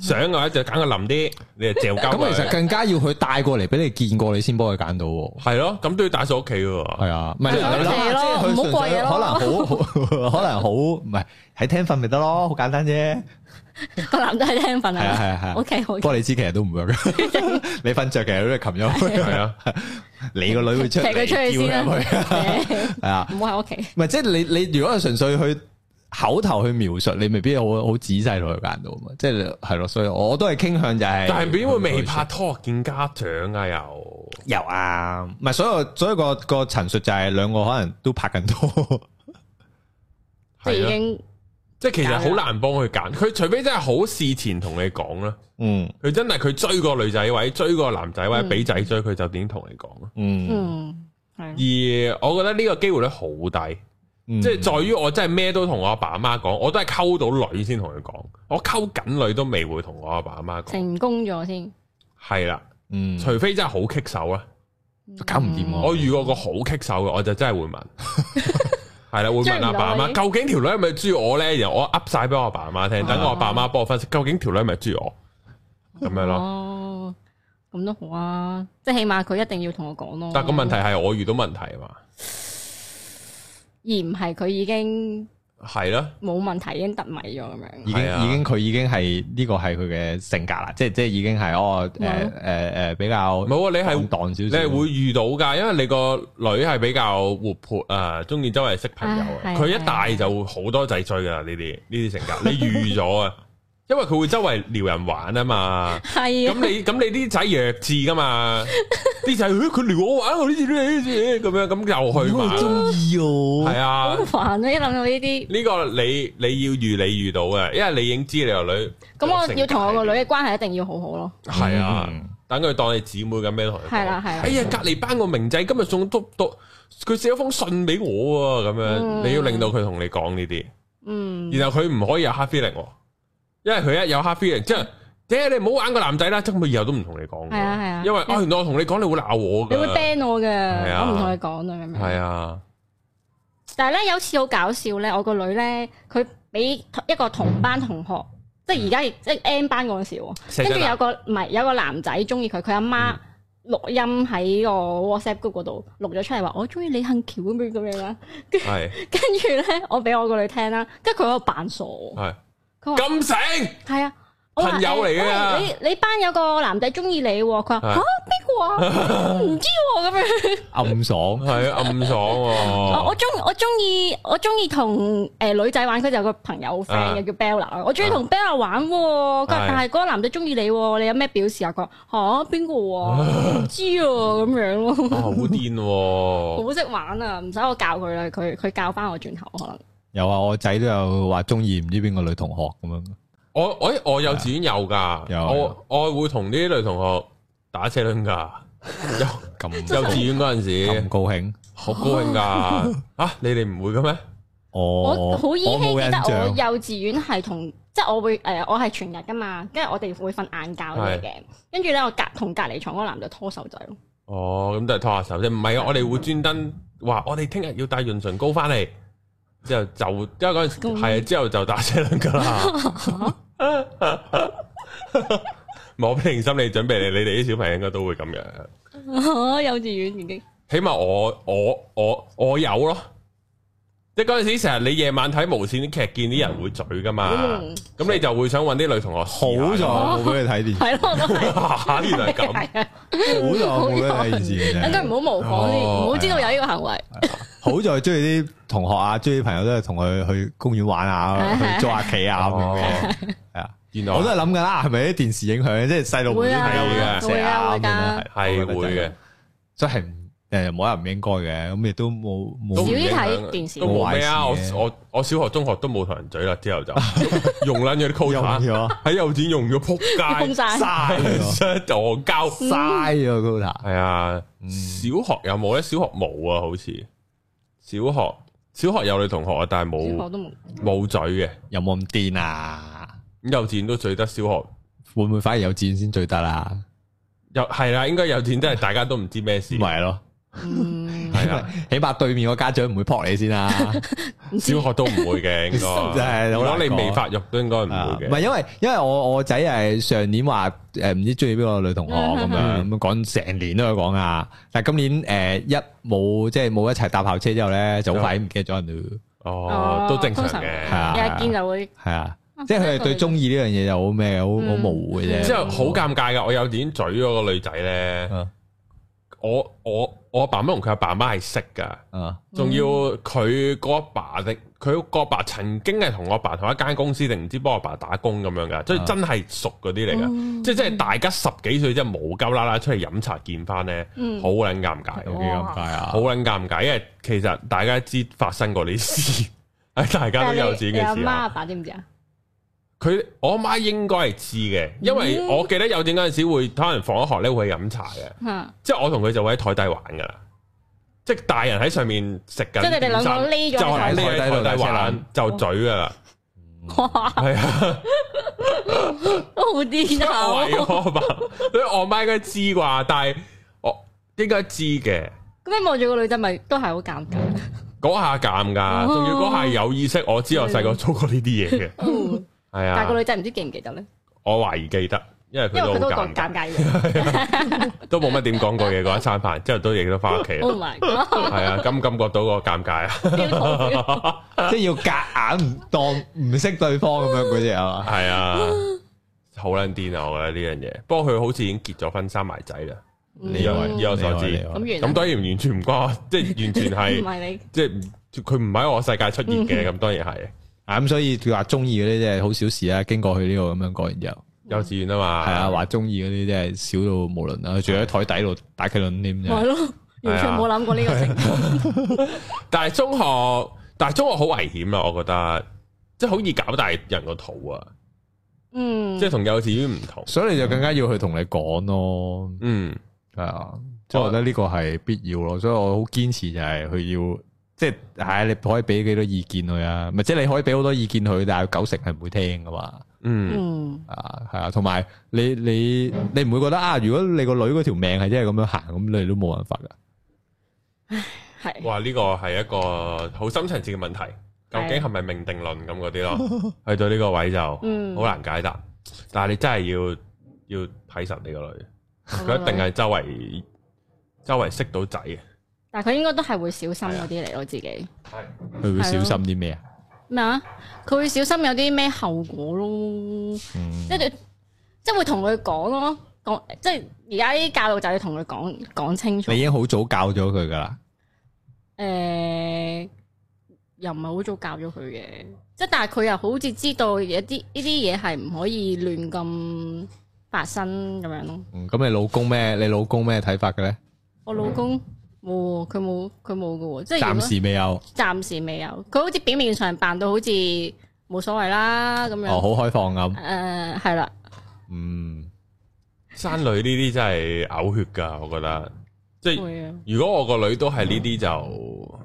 想嘅話就揀個腍啲，你就嚼鳩
咁其實
佢。
更加要佢帶過嚟俾你見過，你先幫佢揀到喎。
係咯，咁都要打掃屋企喎。
系啊，唔系
係
你
咯
諗
係
下，
咯
即係佢
唔好
純
貴
粹
嘢
可
咯
能好，可 能好，唔係喺廳瞓咪得咯，好簡單啫。
個男仔係聽瞓
係啊係
啊
啊係啊
O K 好
不。過你知其實都唔 work 㗎你瞓着其實都係擒咗去，
係啊，
你個女會出
踢
嚟
佢出去先
叫
啦
佢入去，係啊，
唔好喺屋企。
唔係即係你你如果係純粹去口頭去描述，你未必好好仔細同佢揀到嘛。即係係咯，所以我都係傾向就係、
但系點會未拍拖見家長啊？又
有啊，唔係所有所有個個陳述就係兩個可能都拍緊拖，
即係
係
已
啊
經
即係其實好難幫佢揀，佢除非真係好事前同你講啦，
嗯
佢真係佢追個女仔位，追個男仔位，
嗯
俾仔追，佢就點同你講咯。
嗯，
嗯係
而我覺得呢個機會率好低，
嗯
即
即
係在於我真係咩都同我阿爸阿媽講，我都係溝到女先同佢講，我溝緊女都未會同我阿爸阿媽講，
成功咗先，
係啦，
嗯
除非真係好棘手啊啦。
搞唔
哦
掂喎
我遇過個好棘手嘅，我就真係會問， 係啦，會問阿爸阿媽，
追唔
究竟條女係咪中意我咧？然後我噏晒俾我阿爸阿媽
哦
聽，等我阿爸阿媽幫我分析，究竟條女係咪中意我咁樣咯。
哦，咁都好啊，即係起碼佢一定要同我講咯。
但個問題係我遇到問題啊嘛，
而唔係佢已經
係咯，
冇問題，已經突迷咗咁樣。
已經
係啊
已經佢已經係呢個係佢嘅性格啦，即係即係已經係哦
嗯
誒誒誒比較
冇啊，你係
哦
放蕩
你
少少，
係會遇到噶，因為你個女係比較活潑啊，中意周圍識朋友啊，
啊係啊
佢一大就會好多仔追噶啦，呢啲呢啲性格你預咗 啊，因為佢會周圍撩人玩啊嘛。
係
咁
啊，
你咁你啲仔弱智噶嘛？啲仔哎咦佢撩我玩，我呢次呢次咁樣咁又 去
我
玩，
中意哦，
係啊
好。煩啊！一諗到呢啲，
呢個你你要遇你遇到嘅，因為你已經知你個女
咁我要同我個女
性
嘅關係一定要好好咯。
格係啊
嗯，
等佢當你姊妹咁樣同佢講
係啦係啦
哎呀，隔離班個明仔今日送督督，佢寫咗封信俾我啊喎，咁樣
嗯
你要令到佢同你講呢啲，
嗯，
然後佢唔可以有 hard feeling，喎因為佢一有 hard feeling 即係。姐，你唔好玩個男仔啦，即係佢以後都唔同你講㗎。
係啊係啊
因為啊，原來我同你講你會鬧我㗎。
你會 ban 我嘅，
啊
我唔同佢講啊咁樣。
系啊，
但係咧有次好搞笑咧，我個女咧佢俾一個同班同學，即係而家亦即係 N 班嗰陣時喎，
錫
跟住
親啊
有個唔係有個男仔中意佢，佢阿
嗯
媽錄音喺個 WhatsApp group 嗰度錄咗出嚟話我中意李幸橋咁樣咁樣啦，
系
跟住咧我俾我個女聽啦，跟住佢喺度扮傻喎，
系
佢話
咁醒，
係啊。我話
朋友嚟㗎
誒喂你你班有個男仔中意你喎，佢話
係
吓邊個啊？唔知喎咁樣。
暗爽。啊
系啊暗爽
我我
喎，
中我中意我中意同诶女仔玩，佢就有個朋友
啊
friend 嘅叫 Bella，我中意同 Bella 玩喎，
係
佢話但係嗰個男仔中意你喎，你有咩表示啊？佢話吓 邊個啊？唔知啊咁樣咯，
啊好癫喎，
好識玩啊，唔使我教佢啦，佢佢教翻我轉頭可能。
有啊，我仔都有話中意唔知邊個女同學咁樣。
我我我幼稚園有噶，
有
我我會同啲女同學打車輪噶， 幼
咁
幼稚園嗰陣
咁
時
高興，
好高興噶， 啊你哋唔會嘅咩？
我
我
好依稀
我冇
記
印
得我
象，
幼稚園係同即係我會誒、呃我係全日噶嘛，跟住我哋會瞓晏覺
係
嘅，跟住咧我隔同隔離床嗰個男仔拖手仔咯，
哦，咁都係拖下手啫，唔係啊，我哋會專登話我哋聽日要帶潤唇膏翻嚟，之後就因為嗰陣
咁
係啊，之後就打車輪噶啦。冇平心理準備你，你哋啲小朋友應該都會咁樣。
哦幼稚園已經
起碼我我我我有咯，即係嗰陣時成日你夜晚睇無線啲劇，見啲人會嘴噶嘛，
嗯
咁你就會想揾啲女同學
好
試
在
下
我冇俾佢睇電
係咯，我都係。
嚇原 來咁，
係啊
視，好在我冇俾佢睇電 視嘅
等佢
啫。
唔好模仿先，
哦
唔好知道有呢個 行為。
好在中意啲同學啊，中意啲朋友都係同佢去公園 玩啊，
係係
去捉下棋啊咁樣。
哦
係啊，
原來
我都係諗緊啦，係咪啲電視影響？即係細路妹
會
睇
啊
嘅，
會啊會㗎
係會嘅，，
即係誒冇人唔應該嘅，咁亦都冇
都唔
少
影
啲
響
睇電視
都冇咩啊！我
冇壞事嘅
我我小學中學都冇同人嘴啦，之後 就用撚咗啲
冇用
quota
咗，
喺幼稚園用咗撲街，
用晒嗯
嘥
咗
咗戇鳩。
嘥咗 quota。
係啊，小學有冇咧？小學冇啊，好似小學小學有女同學啊，但係
小學
冇
都冇，
冇嘴嘅。
有冇咁癲啊？
咁幼稚園都最得小學，
會唔會反而有錢先最得啦？
又係啦，應該幼稚園真係大家都唔知咩事。
唔係咯，
嗯，
係 啊，
起碼對面個家長唔會撲你先啦。
唔知
小學都唔會嘅， 應
真
該。
係
如
好難
果你
講
未發育都應該唔
啊
會
唔
嘅。
係因為因為我我仔係上年話誒唔知中意邊個女同學咁樣
嗯
咁講成年都有講啊，但係今年誒一冇即係冇一齊搭校車之後咧，就好快唔記得咗人啦。
哦，都正常嘅。
係啊
嗯日日見就會
係啊
啊，
即係佢哋對中意呢樣嘢就好咩，好好
嗯
模糊嘅啫。
之後好尷尬噶，我幼稚園嘴嗰個女仔咧
嗯，
我我我阿爸媽同佢阿爸媽係識噶，
啊，
仲要佢個阿爸的，佢個阿爸曾經係同我阿爸同一間公司定唔知幫我阿爸打工咁樣噶，即係真係熟嗰啲嚟
嗯
噶，啊即係即係大家十幾歲即係冇鳩啦啦出嚟飲茶見翻咧，
嗯
好撚尷尬。
有幾咁快啊
好！撚尷尬，因為其實大家知發生過呢啲事， 喺大家
但
都
係
有
你
錢
你
嘅啊
阿
時
媽阿
候，
爸知唔知啊？
佢我阿媽應該係知嘅，因為
嗯
我記得有陣嗰陣時會可能放咗學咧會去飲茶嘅，
嚇
即係我同佢就會喺台底玩噶啦，即係大人喺上面食緊點
即
心，
係你哋兩個匿咗喺
就係
台
底
匿喺台底
台底
玩就嘴噶啦，
哇，
係 啊。
都好 癲
我
啊！
我阿爸，所以我媽應該知啩，但係我應該知嘅。
咁你望住個女仔咪都係好尷尬。
嗰下尷
哦
㗎，仲要嗰下有意識，我知我細個做過呢啲嘢嘅，係
但係個
啊，
女仔唔知記唔記得咧，
我懷疑記得，因啊為佢
因為
都
佢都
好
講
尷尬，
尷尬嘅。
都冇乜點講過嘢嗰一餐飯，之後都亦都翻屋企啦，
Oh my god！
係啊，感唔感覺到個尷尬啊，
即系要夾硬唔當唔識對方咁樣嗰只啊嘛。
係啊，好撚癲啊！我覺得呢樣嘢，不過佢好似已經結咗婚，生埋仔啦，
嗯
以我以我所
厲
知
咁
害，
咁
完啦，
當然完全唔關我，即 係完全
唔
係啊
係嗯
即係佢唔喺我世界出現嘅，咁當然係
啊咁所以佢話中意嗰啲真係好小事啦，經過佢呢個咁樣講完之後，
幼稚園啊嘛，
係啊，話中意嗰啲真係少到無論啦，仲喺台底度打麒麟添
你，
啫
係。
啊
咯，完全冇諗過呢個情 況。
但係中學，但係中學好危險啊！我覺得，即係好易搞大人個肚啊！
嗯
即，係同幼稚園唔同。
所以你就更加要去同你講咯，
嗯，
係啊，即係我覺得呢個係必要咯，所以我好堅持就係佢要，即係唉，你可以俾幾多意見佢啊，咪即係你可以俾好多意見佢，但係九成係唔會聽噶嘛。
嗯，
嗯，
啊，系啊，同埋你你你唔會覺得啊？如果你個女嗰條命係真係咁樣行，咁你都冇辦法噶。
係
哇！呢個係一個好深層次嘅問題，究竟係咪命定論咁嗰啲咯？去到呢個位就
嗯
好難解答。但係你真係要要睇實你個
哦
女，佢一定係周圍周圍識到仔嘅。
但係佢應該都係會小心嗰啲嚟咯，自己
係
佢會小心啲咩啊？
咩啊？佢會小心有啲咩後果咯，
嗯
即係即係會同佢講咯，講即係而家啲教育就要同佢講講清楚
你已。經好早教咗佢噶啦，
誒，呃又唔係好早教咗佢嘅，即係但係佢又好似知道有啲呢啲嘢係唔可以亂咁發生咁樣咯。
嗯咁、你老公咩？你老公咩睇法嘅咧？
我老公冇喎，佢冇佢冇嘅喎，即係如
暫
果
時未有，
暫時未有。佢好似表面上扮到好似冇所謂啦咁
哦，
樣。
好開放咁，
誒係啦，
嗯，
生女呢啲真係嘔血㗎，我覺得即係。
會啊，
如果我個女都係呢啲就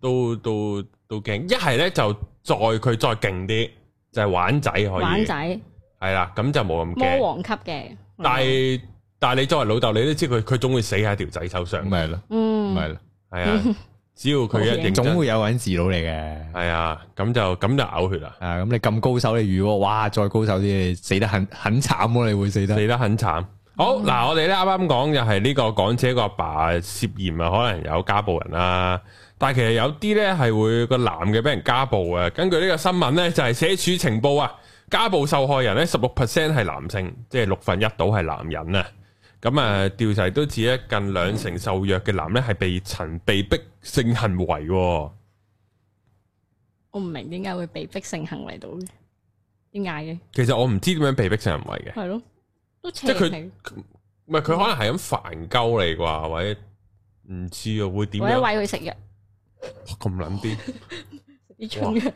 都都都驚，一係咧就再佢再勁啲，就係、玩仔可以，
玩仔
係啦，咁就冇咁
魔
驚。
王級嘅。
但係但係你作為老豆，你都知佢佢總會死喺條仔手上，
咪係咯，
嗯，
咪係咯，
係啊， 只要佢一認
總
真，
會有人治到你嘅。
係啊，咁就咁就嘔血啦，
啊，咁你咁高手你遇喎，哇，再高手啲你死得很很慘喎，你會死得。
死得很慘。好嗱，我哋咧啱啱講就係呢個港姐個阿爸涉嫌啊，可能有家暴人啦。但係其實有啲咧係會個男嘅俾人家暴啊。根據呢個新聞咧，就係社署情報啊，家暴受害人咧十六 percent 係男性，即係六分一到係男人啊。咁啊，調查都指咧近兩成受虐嘅男咧係被曾被逼性行為喎。
我唔明點解會被逼性行為到嘅，點解嘅？
其實我唔知點樣被逼性行為嘅，
係咯，都邪
即係佢
情
唔係佢可能係咁煩鳩你啩，或者唔知啊會點
或者
樣
喂佢食藥，
咁諗啲。
食啲春藥，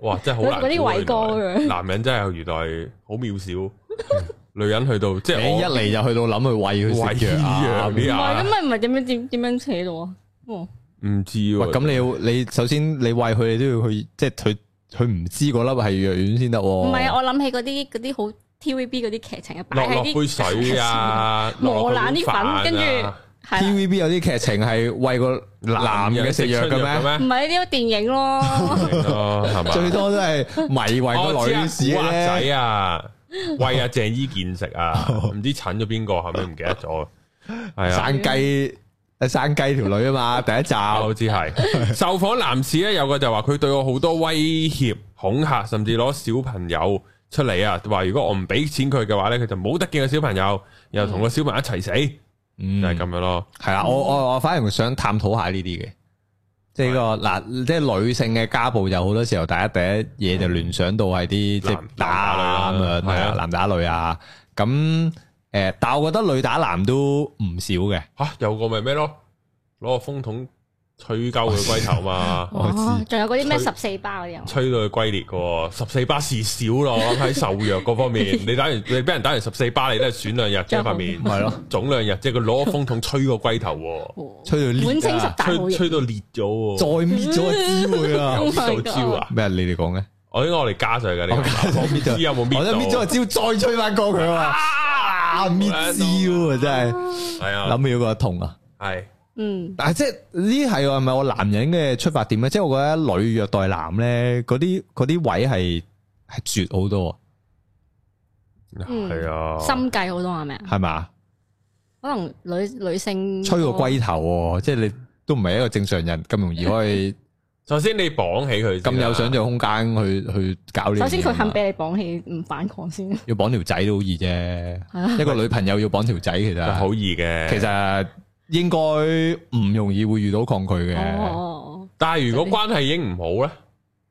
哇！真係好難估啊。
嗰啲偉哥
原來
咁樣
男人真係原來好渺小， 女人去到即係
你一
我
嚟就去到諗去喂佢食藥啊
喂藥啲
咁樣
唔
啊
係咁咪唔係點樣點點樣扯到啊？哦，
唔知
喂，
喎。
咁你要你首先你喂佢，你都要去，即係佢佢唔知嗰粒係藥丸先得
哦
喎。
唔
唔
係啊，我諗起嗰啲嗰啲好 TVB 嗰啲劇情啊，擺
落
喺
落
啲
杯水 啊，
磨
爛
爛啲
啊
粉，跟住係啦
TVB 有啲劇情係喂個男嘅食藥嘅咩？
唔？係呢啲電 影咯，
哦，係嘛？
最多都係迷喂
我
個
知啊
女士
古惑
咧。
仔啊，喂啊鄭伊健食啊，唔知診咗邊個，後尾唔記得咗。係啊。
生
嗯
雞啊，生雞條女啊嘛，第一集
啊，好似係受訪男士咧，有個就話佢對我好多威脅、恐嚇，甚至攞小朋友出嚟啊，話如果我唔俾錢佢嘅話咧，佢就冇得見個小朋友，又同個小朋友一齊死。
嗯
就係咁樣咯。
系啦，我我我反而想探討下呢啲嘅，即係呢個嗱，即係女性嘅家暴就好多時候，大家第一嘢就聯想到係啲即係
男
打啊
男
咁
打女啦
樣，係
係
啊
啊，
男打女啊，咁诶，誒但系我覺得女打男都唔少嘅，，
吓有個咪咩咯，攞個風筒吹鳩佢龜頭嘛
我知
哦，仲有嗰啲
吹
咩十四包嗰啲啊
吹到佢龜裂嘅喎。十四巴事少咯，我諗喺受虐嗰方面，你打完你俾人打完十四巴，你都係損兩日啫塊面，
係咯，
腫兩日啫，佢攞個風筒吹個龜頭 喎，
嘛，
吹到
滿
裂
清十
啊，
大冇
吹
嘢，
吹到裂 咗
再
喎，
搣咗個支會啊！
有
Oh my
搣到焦啊！
咩？你哋講嘅，
我應該我哋加上嘅呢個，我唔知有冇搣
我
到
都搣咗個招，再吹翻過佢啊！啊，搣招啊，真係
係啊，
諗起個痛啊！
係
嗯，
但係即係呢係係咪我男人嘅出發點咧？即係我覺得女虐待男咧，嗰啲嗰啲位係係絕好多，
嗯
係啊，
心計好多係咪啊？
係嘛？
可能女女性
吹個龜頭喎，即係你都唔係一個正常人咁容 易可以
首先啊你綁起佢，
咁有想。像空間去去搞呢樣嘢㗎嘛。
哦首
啊
先佢肯俾你綁起，唔反抗先，
要綁條仔都好易啫，
係啊
一個女朋友要綁條仔 其實
好易嘅，
啊其實應該唔容易會遇到抗拒嘅。
哦，
但系如果關係已經唔好咧，
哦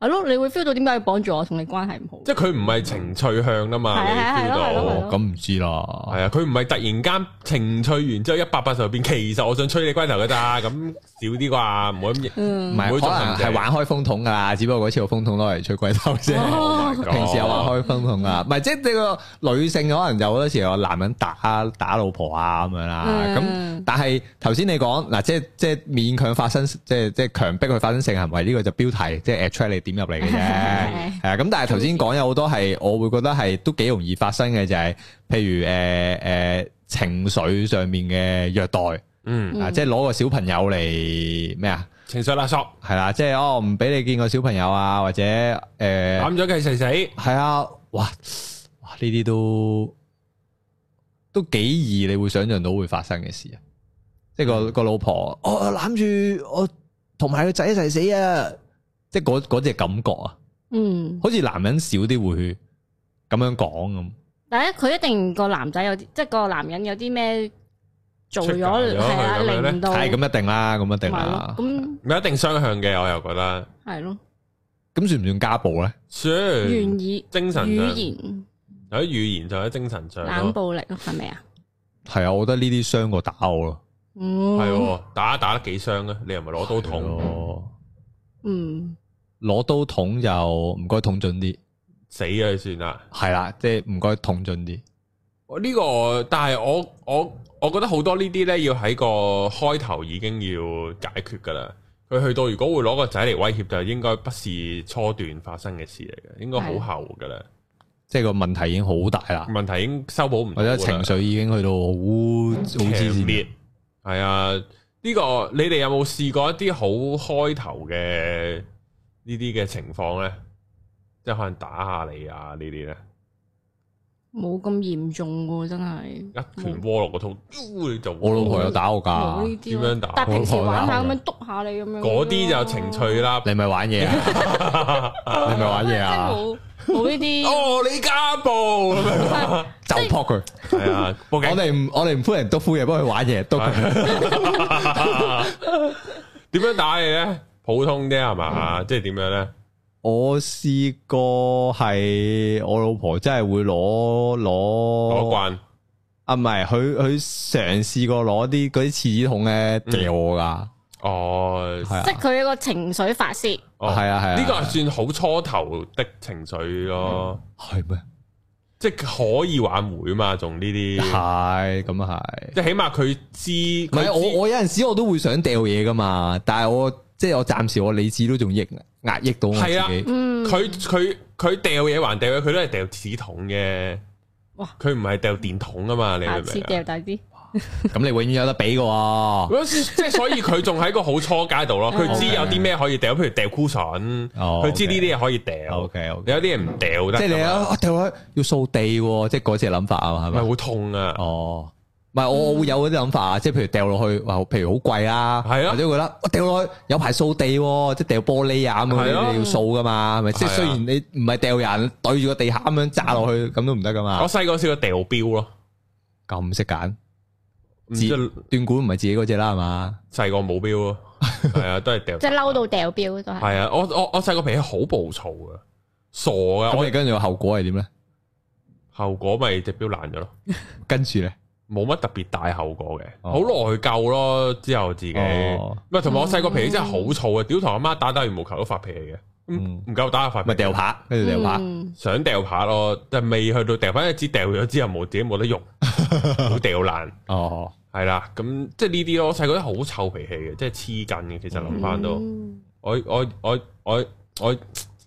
係咯，你會 feel 到點解要綁住我，同你關係唔好？
即係佢唔係情趣向啊嘛，
係
你
係
feel
係咯係
到
咯
哦，咁唔知啦。
係啊，佢唔係突然間情趣完之後一百八十度變，其實我想吹你龜頭㗎咋，咁少啲啩，唔好咁
嗯
唔係，
會
可
做
能
陷阱
係玩開風筒噶啦，只不過嗰次個風筒攞嚟吹鬼 頭啫。
哦
平時有玩
開，
開風筒啊，唔係即係呢個女性可能有好多時候男人打打老婆啊咁樣啦。咁、
嗯
但係頭先你講嗱，即係即係勉強發生，即係即係強迫佢發生性行為呢、個就標題，即係 attract 你點入嚟嘅啫。
係
係啊，咁但係頭先講有好多係，我會覺得係都幾容易發生嘅，就係、譬如誒誒、呃呃情緒上面嘅虐待、
嗯，
啊，即係攞個小朋友嚟咩啊？
情緒勒索，
系啦，即系哦，唔俾你見個小朋友啊，或者诶，
攬咗佢死死，係
系啊，哇哇呢啲都都幾易，你會想象到會發生嘅事啊！即係個個老婆，我攬住我同埋個仔一齊死啊！即係嗰嗰只感覺啊，
嗯，
好似男人少啲會咁樣講咁，
但係佢一定個男仔有啲，即係個男人有啲咩做咗
Trigger 咗佢
係啊，
咁樣呢
令到
係咁一定啦，咁一定
咪
啦
咯，。咁
唔一定雙向嘅，我又覺得，
係咯，
咁算唔算家暴咧？
算
願意
精神上，
語言
有啲語言就喺精神上
冷
咯，
暴力咯，係咪啊？
係啊，我覺得呢啲傷過打我咯。
嗯，
係喎，打打得幾傷啊？你又唔係攞刀捅，
係啊
嗯，
攞刀捅就唔該捅準啲。
死咗佢算啦。
系啦，即系唔该捅盡啲，
我呢、個，但係我我我覺得好多呢啲呢，要喺個開頭已經要解決噶啦。佢去到如果會攞個仔嚟威脅，就應該不是初段發生嘅事嚟嘅，應該好後噶啦。
即系个问题已經好大啦，
問題已經修補唔到
或
㗎
者
啦，
情緒已經去到好好黐
強烈
線，
係啊。呢、個你哋有冇試過一啲好開頭嘅呢啲嘅情況呢？即係可能打下你啊呢啲呢，
冇咁嚴重喎，真係。
一拳窩落個肚，你就
我老婆有打我
冇
㗎，
呢啲咯
啊點樣打
但係平時玩下
我
咁
打
樣督下你咁樣，
嗰啲就情趣。啦。
你咪玩嘢啊，你咪玩嘢啊，
即係冇冇呢 啲，
哦，你家暴咁樣
就撲佢，
係啊，報
我
警
哋唔我哋唔歡迎督夫嘢，幫佢玩嘢，督佢
點樣打你咧？普通啫係
嗯
嘛？即係點樣咧？
我試過係我老婆真係會攞
攞
攞
慣
啊，唔係佢佢嘗試過攞啲嗰啲廁紙筒咧掉我㗎，
哦，
係啊
即係佢一個情緒發泄。
哦
係啊係啊
呢個係算好初頭的情緒咯，
係咩？
即係可以挽回嘛？仲呢 啲，
係咁啊係。
即係起碼佢知，
唔
佢
係
知
我我有陣時我都會想掉嘢噶嘛，但係我即係我暫時我理智都仲抑壓抑到我自
係啊
己，
嗯，
佢佢佢掉嘢還掉嘢，佢都係掉紙筒嘅。
哇
佢唔係掉電筒啊嘛，你明
下
唔
次
明啊？
掉大啲。
咁你永遠有得俾噶喎。
咁即係所以佢仲喺個好初階度 咯，佢知有啲咩可以掉，譬如掉 cushion，
哦
佢知呢啲嘢可以掉。
O K O K，
有啲人唔掉得，
即係你啊，我掉落去要掃地喎，即係嗰只諗法啊，係
咪
咪？
會痛啊！
哦，唔係我我會有嗰啲諗法啊，即係譬如掉落去，哇譬如好貴啦，
係啊
或者會覺得我掉落去有排掃地喎，即係掉玻璃啊咁樣，
係啊
你要掃噶嘛，係咪？即係
係啊
雖然你唔係掉人對住個地下咁樣炸落去，咁都唔得噶嘛
我。細個試過掉錶咯，
咁識揀，
唔
自
知
斷估唔係自己嗰只啦，係嘛？
細個冇標 咯，係啊，都係掉。
即係嬲到掉標都係。
係啊，我我我細個脾氣好暴躁噶，傻噶，
咁
我
你跟住個後果係點咧？
後果咪隻標爛咗咯，
跟住咧，
冇乜特別大後果嘅，
哦
好內疚咯。之後自己，
哦
唔係同埋我細個脾氣真係好燥啊，屌同阿媽打打羽毛球都發脾氣嘅，
嗯
唔夠打啊發脾
咪
氣，
掉拍，跟住掉拍，
嗯
想掉拍咯，但係未去到掉翻一支掉咗之後冇自己冇得 用，好掉爛。
哦，
係啦，咁即係呢啲咯，我細個都好臭脾氣嘅，即係黐筋嘅。其實諗翻都，
嗯
我我我我我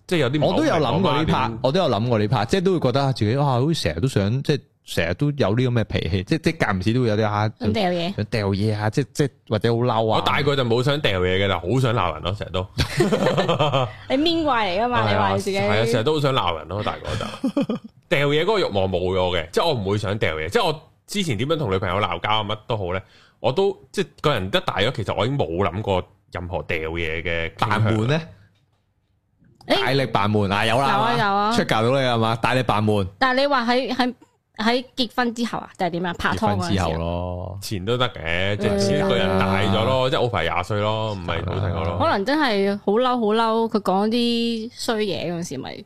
即係有啲唔
我都有
好
諗過呢
明我媽
part，
點
我都有諗過呢 part，即係都會覺得自己啊，好似成日都想，即係成日都有呢咁嘅脾氣，即即係間唔時都會有啲啊，
咁掉嘢，
想掉嘢啊，即即或者好嬲啊。
我大個就冇想掉嘢嘅啦，好想鬧人咯，成日都。
你面怪嚟噶嘛？你話你自己
係啊，成日都好想鬧人咯，大個就 掉嘢嗰個慾望冇咗嘅，即係我唔會想掉嘢，即係我之前點樣同女朋友鬧交啊，乜都好咧，我都即係個人一大咗，其實我已經冇諗過任何掉嘢嘅
扮
傾向
門咧，
誒
大力扮門啊，有啦，
有啊
係嘛
有啊
出教到你係嘛，大力扮門，
但係你話喺喺喺結婚之後啊，定係點啊？拍
結
拖
婚
嗰陣
之後
時啊，
咯，
前都得嘅，即係
嗯
前一個人大咗咯，即係 over 廿歲咯，唔係好細個
可
咯。
能真係好嬲好嬲，佢講啲衰嘢嗰陣時，咪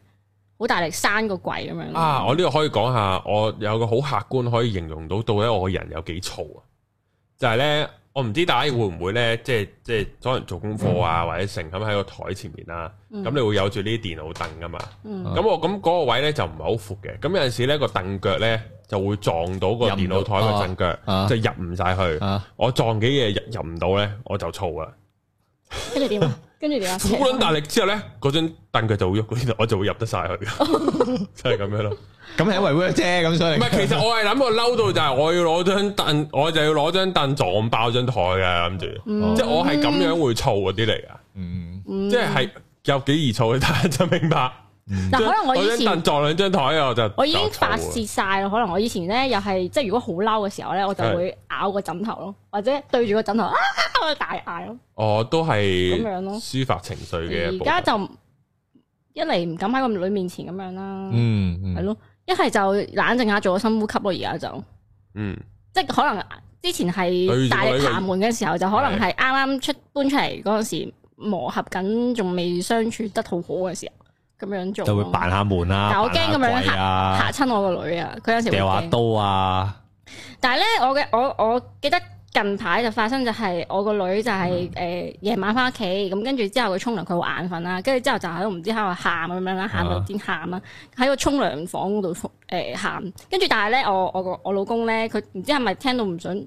好大力生個櫃咁樣
嗯
咯。
啊，我呢個可以講下，我有個好客觀可以形容到到底我個人有幾燥啊！就係咧，我唔知大家會唔會咧，即係即係可能做功課
嗯
啊，或者成咁喺個台前面啦，
嗯
咁你會有住呢啲電腦凳噶嘛？
啊
嗯
咁我咁嗰個位咧就唔係好闊嘅，咁有陣時咧個凳腳咧就會撞到個
入唔到
電腦台個凳腳，
啊
就入唔晒去。
啊，
我撞幾嘢入入唔到咧，我就燥 啦。
跟住點啊？跟住點啊？
好撚大力之後咧，嗰張凳腳就會喐，嗰啲我就會入得晒 去， 就係咁樣咯。
咁係因為 work 啫，咁所以
唔係，其實我係諗我嬲到就係我要攞張凳， 我就要攞張凳撞爆張台嘅諗住，
嗯
即係我係咁樣會燥嗰啲嚟噶，
嗯，
嗯
即係係有幾易燥，大家就明白。
嗱，可能我以
張
前
凳撞兩張台我就
我已經
就燥
發
啊
泄晒啦，可能我以前咧又係即係如果好嬲嘅時候咧，我就會咬個枕頭咯，或者對住個枕頭啊，我就大嗌咯。
我都係
咁樣咯
抒發情緒嘅一
而
部分。
家就一嚟唔敢喺個女面前咁樣啦，
嗯嗯
係咯、一係就冷靜下做個深呼吸咯。而家就
嗯，
即係可能之前
對
係
住個
大力
女
爬門嘅時候，就可能係啱啱出搬出嚟嗰陣時磨合緊，仲未相處得好好嘅時候，咁樣做咯
就會扮下門啊，
但我驚咁樣
扮下櫃
嚇
啊，
親我個女啊！佢有時會
掉下
驚
刀啊，
但係咧，我嘅我我記得近排就發生就係我個女就係
嗯
誒夜晚翻屋企，咁跟住之後佢沖涼，佢好眼瞓啦，跟住之後就喺度唔知喺度喊咁樣啦，喊
啊
到癲喊啦，喺個沖涼房嗰度誒喊，跟住但係咧我我個我老公咧，佢唔知係咪聽到唔想誒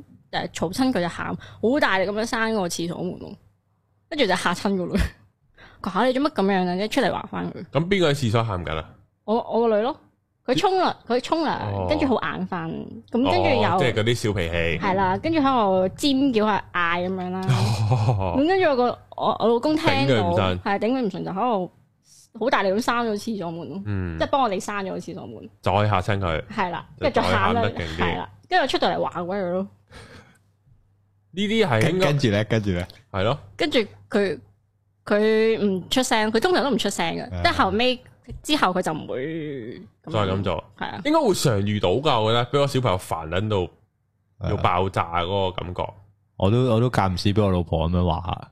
嘈親佢就喊，好大力咁樣閂個廁所門喎，跟住就嚇親個女， 佢嚇你做乜咁樣啊？你出嚟話翻佢，
咁邊個喺廁所喊緊啊？
我我個女咯，佢沖涼佢沖
哦
涼，跟住好眼瞓，咁嗯跟住
哦
又
即。係嗰啲小脾氣。
系啦，跟住喺我尖叫下嗌咁樣啦，
哦
咁跟住我個我我老公聽
頂佢
到
唔順
係頂佢唔順，就喺度好大力咁閂咗廁所門咯，
嗯
即係，幫我哋閂咗個廁所門，
再嚇親佢
係啦，
就
跟住再喊
再喊
啦
得勁，啲
係啦，跟住出到嚟話鬼佢咯，
呢啲係應
跟
該
跟住咧，跟住咧，
係咯，
跟住佢佢唔出聲，佢通常都唔出聲嘅，
嗯
即係後尾之後佢就唔會
再咁，做，
係啊，
應該會常遇到㗎。我覺得俾我小朋友煩撚到要
係啊
爆炸嗰個感覺
我都我都間唔時俾我老婆咁樣話下。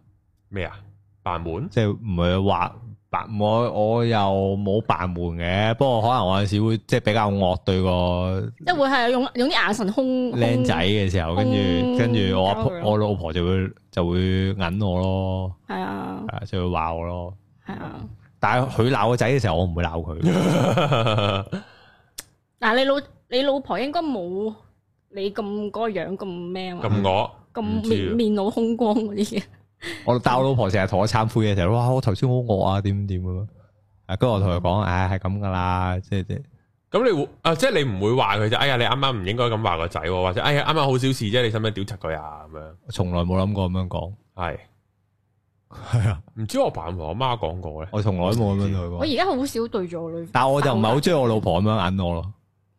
咩啊？扮 滿
即係唔係話扮我我又冇扮門嘅，不過可能我有時會即係比較惡對個
即係會係用用啲眼神兇
僆仔，嘅時候，跟
嗯
住跟住我阿
搞
婆
佢咯
我老婆就會就會揞我咯，
兇係啊
係啊就會話我咯。
係啊。
但係佢鬧個仔嘅時候，我唔會鬧 佢，
嗱，你老你老婆應該冇你咁嗰個樣咁咩啊嘛，
咁我
咁
唔
啊
面
知
面露兇光嗰啲嘢，
我但我老婆成日同我懺悔嘅時候，哇！我頭先好惡啊，點點咁啊，跟住我同佢講，唉，係咁噶啦，即係即係
啊咁你會啊？即係你唔會話佢就哎呀，你啱啱唔應該咁話個仔喎，或者哎呀啱啱好小事啫，你使唔使屌柒佢啊？咁樣
我從來冇諗過咁樣講，
係
係啊，
唔知我爸同我媽講過咧。
我從來都冇咁樣同
我
佢講。
而家好少對住我女，
但我就唔係好中意我老婆咁樣揞 我咯，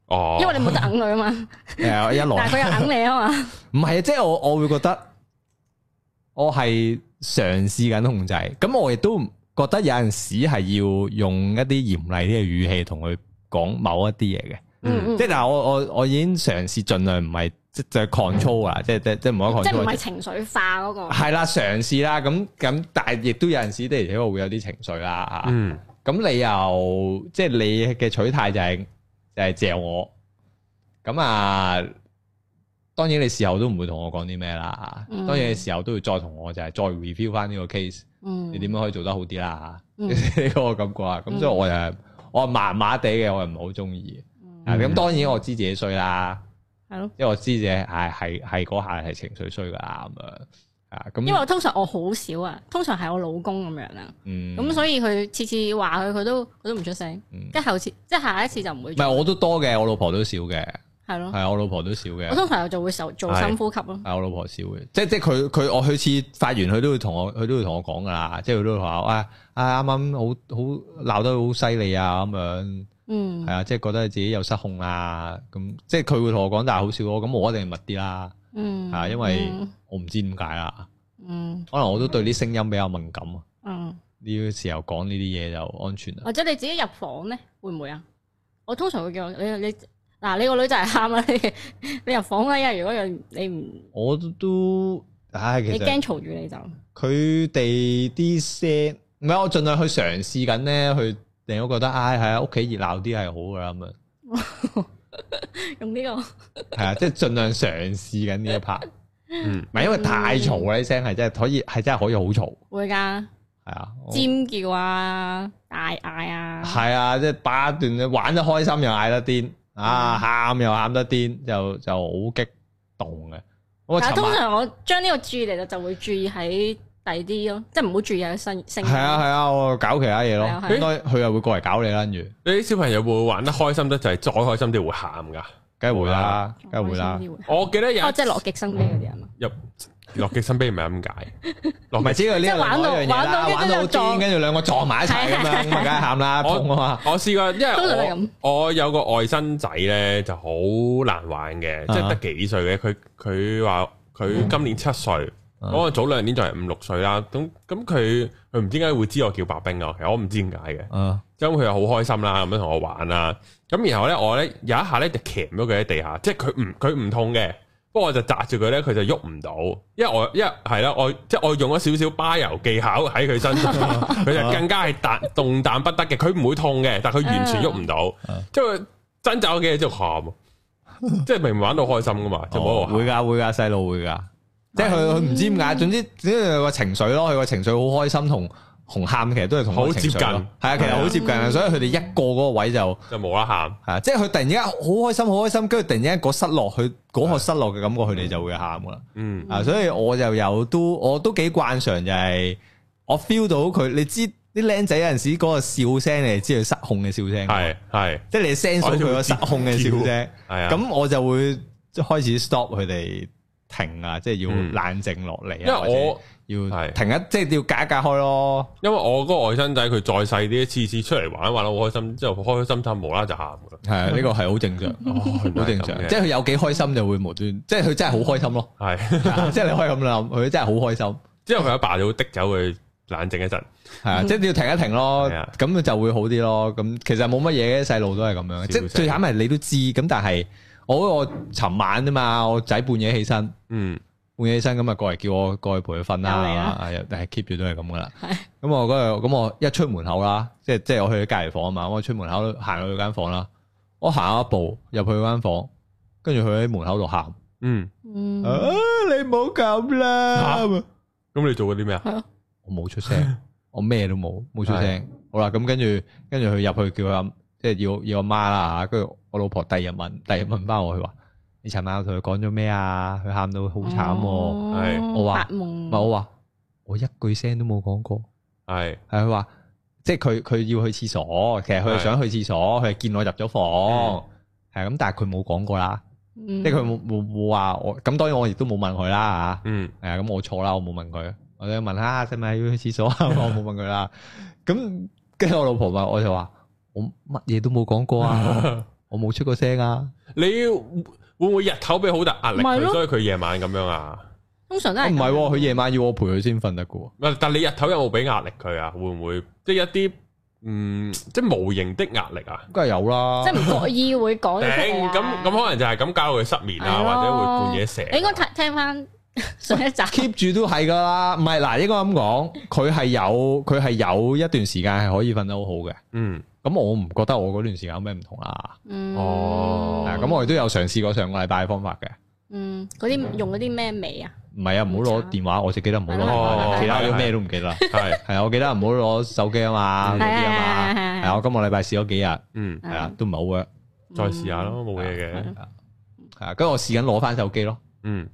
哦，
因為你冇得揞佢啊 嘛，
誒一來
但。係佢又揞你啊嘛，
唔係啊，即係我我會覺得我係嘗試緊控制，咁我亦都覺得有陣時係要用一啲嚴厲啲嘅語氣同佢講某一啲嘢嘅，
嗯嗯，
即係嗱，我我我已經嘗試盡量唔係即就 control 啊，即係即係即係唔啊好
嗯即係唔
control
係。情緒化嗰個，
係啦，嘗試啦，咁咁，但係亦都有陣時的而且確會有啲情緒啦啊嚇。
嗯
咁你又即係你嘅取態就係就係借我，咁啊，當然你事後都唔會同我講啲咩啦嚇。
嗯
當然你事後都要再同我就係再 review 翻呢個 case，
嗯，
你點樣可以做得好啲啦嚇？
嗯
呢個我感覺啊，咁所以我又我麻麻地嘅，我又唔係好中意。啊
嗯
咁當然我知自己衰啦，
係咯，
因為我知自己係係係嗰下係情緒衰噶啦咁樣啊咁。
因為我通常我好少啊，通常係我老公咁樣啦，
嗯
咁所以佢次次話佢佢都佢都唔出聲
嗯，
跟住後次即係下一次就唔會
唔
做，
係我都多嘅，我老婆都少嘅，
係咯，
係我老婆都少嘅，
哦我通常就會受做深呼吸咯，
係我老婆少嘅，即即係佢佢我去次發完佢都會同我佢都會同我講噶啦，即係佢都會話啊啊啱啱好好鬧得好犀利啊咁樣，
嗯
係啊，即係覺得自己有失控啊咁，即係佢會同我講，但係好少咯，咁我一定係密啲啦，
嗯，
啊因為
嗯
我唔知點解啦，
嗯
可能我都對啲聲音比較敏感啊，
嗯。
呢個時候講呢啲嘢就安全啦。
或者你自己入房咧，會唔會啊？我通常會叫我你你嗱，你個女仔係喊啦，你你入房啦，因為如果有你唔
我都，唉，其
你
實
驚嘈住你就
佢哋啲聲，唔係我盡量去嘗試緊咧，去令我覺得，唉，係啊，屋企熱鬧啲係好噶啦咁 樣，
用呢、個
係啊，即係盡量嘗試緊呢一 part，唔
嗯，
係因為太嘈啊啦啲聲，係真係可以，係真係可以好嘈，
會㗎，
係啊，我
尖叫啊、大嗌啊，
係啊，即係把段咧玩得開心又嗌得癲，啊，
嗯
喊又喊得癲，就就好激動嘅。我
但係
尋
通
晚
常我將呢個注意力就就會注意喺第二啲咯，即係唔好注意喺聲聲音。
係啊係啊，我搞其他嘢咯，
係啊係啊
應該佢又會過嚟搞你啦，跟住
你啲小朋友會玩得開心得就係再開心啲會喊噶。
梗係會啦，梗係會啦
開。心啲會
我記得有
哦，即係樂極生悲嗰啲啊嘛，
入 落嘅身邊唔係咁解，落
唔係
嘅
知佢呢
即
個
係玩到
另外一樣嘢啦
玩到
玩到
跟住就
癲，
撞
跟住兩個撞埋一齊咁樣，咁啊梗係喊 啦，
我
痛啊嘛，
我試過，因
通常係
為
咁
我我有個外甥仔咧就好難玩嘅，即係得幾歲嘅。佢佢話佢今年七歲，
嗯
我早兩年就係五六歲啦。咁咁佢佢唔知點解會知我叫白冰啊？其實我唔知點解嘅。
嗯
咁佢又好開心啦，咁樣同我玩啦。咁然後咧，我咧有一下咧就鉗咗佢喺地下，即係佢唔佢唔痛嘅，不過我就擲住佢咧，佢就喐唔到，因為我因為係啦，我即係我用咗少少巴油技巧喺佢身 上，佢就更加係彈動彈不得嘅，佢唔會痛嘅，但係佢完全喐唔 到
嗯，
即係佢掙扎咗幾日之後喊，即係明明玩到開心噶嘛，就冇
哦會
喺度
噶會噶細路會噶，即係佢佢唔知點解，總之總之佢個情緒咯，佢個情緒好開心同同喊其實都係同
好
個情緒咯
接近
係啊，其實好接近啊，所以佢哋一個嗰個位就
喊就冇啦喊，
係啊，即係佢突然之間好開心好開心，跟住突然之間嗰失落，佢嗰個失落嘅感覺，佢哋就會喊噶啦。
嗯
啊，所以我就有都我都幾慣常就係、我 feel 到佢，你知啲僆仔有陣時嗰個笑聲，你係知佢失控嘅笑聲，
係係
即係你 sense 到佢個失控嘅笑聲，
係啊，
咁我就會即係開始 stop 佢哋停啊，即係要
嗯
冷靜落嚟啊，
因為我。
我要
係
停一，即係要隔一隔開咯，
因為我嗰個外甥仔佢再細啲，次次出嚟玩玩得好開心，之後開開心心無啦啦就喊噶啦，
係啊呢個係好正
哦
常。好
好
正常，即係佢有幾開心就會無端，即係佢真係好開心 咯，
係。
即係你可以咁諗，佢真係好開心。
之後佢阿爸就會滴走佢冷靜一陣，
系啊，即係你要停一停咯
嗯係啊，
咁佢就會好啲咯。咁其實冇乜嘢嘅，細路都係咁樣。
小
即係
細
最慘係你都知，咁但係我我尋晚啫嘛，我仔半夜起身，
嗯，
半夜起身咁啊過嚟叫我過去陪佢
又
瞓
嚟啦
啦，係啊但係 keep 住都係咁噶啦。咁我嗰日咁我一出門口啦，即係即係我去咗隔離房啊嘛，咁我出門口行去佢間房啦，我行一步入去佢間房，跟住佢喺門口度喊：，
嗯，
嗯，
啊你唔好咁啦！咁啊
咁你做過啲咩啊？
係咯，
我冇出聲，我咩都冇，冇出
係
聲。好啦，咁跟住跟住佢入去叫佢阿，即係要要阿媽啦嚇。跟住我老婆第二日問，第二日問翻我，佢話：你尋晚我同佢講咗咩啊？佢喊到好慘喎。
哦
係
我話
發夢，
唔係我話，我一句聲都冇講過。
係，
係佢話，即係佢佢要去廁所，其實佢係
係
想去廁所，佢係見我入咗房，係咁，但係佢冇講過啦，
嗯，
即係佢冇冇冇話我。咁當然我亦都冇問佢啦嚇。
嗯，
係啊，咁我錯啦，我冇問佢，我就問下使咪要去廁所啊， 我冇問佢啦。咁跟住我老婆問，我就話我乜嘢都冇講過啊，我冇出過聲啊，
你會唔會日頭俾好大壓力
咪
佢，
咯
所以佢夜晚咁樣啊？
通常都
我
係
哦唔係
咁
喎，
樣
佢夜晚要我陪佢先瞓得噶喎。
唔係但你日頭有冇俾壓力佢啊？會唔會即係一啲嗯，即系无形的壓力啊。
梗係有啦
即。係唔覺意會講
頂
咗出嚟啊
咁咁可能就係咁搞到佢失眠啊，
係咯
或者會半夜醒。啊
你應該聽聽翻上一集，
keep 住都係噶啦，唔係嗱，應該咁講，佢係有佢係有一段時間係可以瞓得好好嘅，
嗯
咁我唔覺得我嗰段時間有咩唔同啦。
嗯，
哦
係啊咁我哋都有嘗試過上個禮拜嘅方法嘅，
嗯，嗰啲用嗰啲咩味啊？
唔係啊，唔好攞電話，我就記得唔好攞電
哦
話，其他啲咩都唔記得啦。
係
係啊，我記得唔好攞手機啊嘛，
嗯
嗰啲啊嘛。
係係係係
係啊，我今個禮拜試咗幾日，
嗯，
係啊，都唔係好
嗯
work。啊
再試下咯，冇嘢嘅。
係啊，跟住我試緊攞翻手機 咯。
嗯，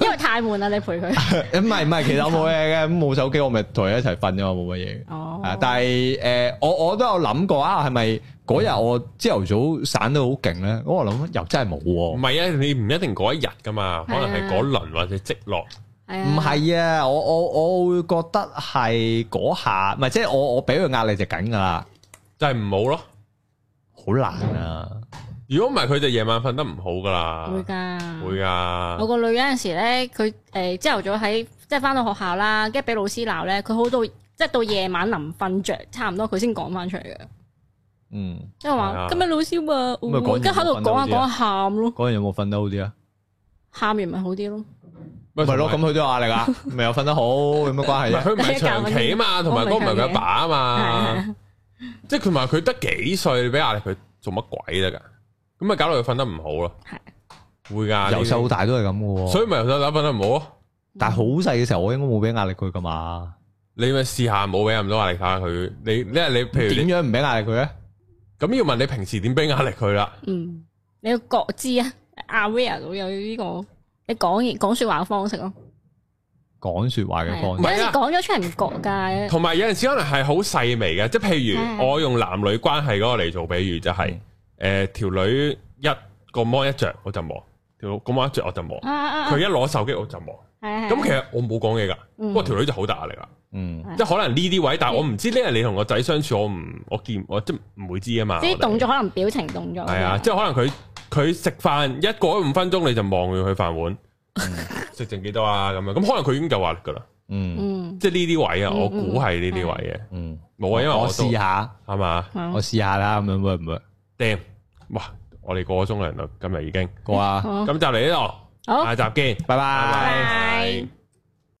因為太悶啦，啊你陪 佢。
誒唔係唔係，其實我冇嘢嘅，咁冇手機我咪同佢一齊瞓啫嘛，冇乜嘢嘅。
哦，
啊！但係誒、呃我我都有諗過啊，係咪嗰日我朝頭早散得好勁咧？咁我諗又真係冇
唔
喎。
係啊，你唔一定嗰一日噶嘛，可能係啊嗰輪或者積落。
係啊
唔，係啊，我我我會覺得係嗰下，唔係即係我我俾佢壓力就緊㗎啦，
就係唔好咯。
好難啊！
如果唔係，佢就夜晚瞓得唔好噶啦，
會㗎，
會噶
我。個女有陣時咧，佢誒朝頭早喺即係翻到學校啦，跟住俾老師鬧咧，佢好到即係到夜晚臨瞓着，差唔多佢先講翻出嚟嘅，
嗯，
即係
係
話
啊
今日老師話，
咪講
我跟住喺度講下講
完就
下喊咯，
嗰日有冇瞓得好啲啊？
喊完咪好啲咯。
咪
咪
同
咯，咁
埋
佢都有壓 力啊，咪又瞓得好有乜關係
唔係
啫？
佢唔係 長期啊嘛，同埋嗰個唔係佢阿爸啊嘛，即係佢話佢得幾歲，你俾壓力佢做乜鬼得㗎？咁咪搞到佢瞓得唔好咯。會㗎，呢
由
啲
細到大都係咁嘅喎。
所以咪由細到大瞓得唔好咯。
但係好細嘅時候，我應該冇俾壓力佢㗎嘛？
你咪試下冇俾咁多壓力下佢，你因為你譬如
點
你
樣唔俾壓力佢咧？
咁要問你平時點俾壓力佢啦，
嗯，你要覺知啊，aware 到有呢、個你講嘢講説話嘅方式咯，
講説話嘅
係
方
啊
式
唔
有
係啊
陣時講咗出嚟唔覺㗎，
同埋有陣時可能係好細微嘅，即係譬
嗯
如我用男女關係嗰個嚟做比喻，就係
嗯
誒條女一個芒一着我就望，條個芒一着我就望，
啊啊啊，
佢一攞手機我就望，
係啊係啊
咁其實我冇講嘢㗎，不
嗯
過條女就好大壓力啦，
嗯。
係
即係可能呢啲位，但係我唔知呢日你同個仔相處，我唔我見我即係唔會知啊嘛，
即
我
啲
哋
動作可能表情動作，
係啊，即係可能佢佢食飯一過咗五分鐘你就望住佢飯碗， 食剩幾多啊咁樣，咁可能佢已經有壓力噶啦，
嗯
嗯
即係呢啲位啊，
嗯
我估係呢啲位嘅，
嗯，
冇啊，因為
我
我
試
試
下，
係嘛，
係
我試下啦，咁樣 work 唔 work？
掂，哇，我哋過咗鐘量啦，今日已經，
好啊，
好
咁就嚟呢度，
好
下集見，拜
拜
拜拜。
拜。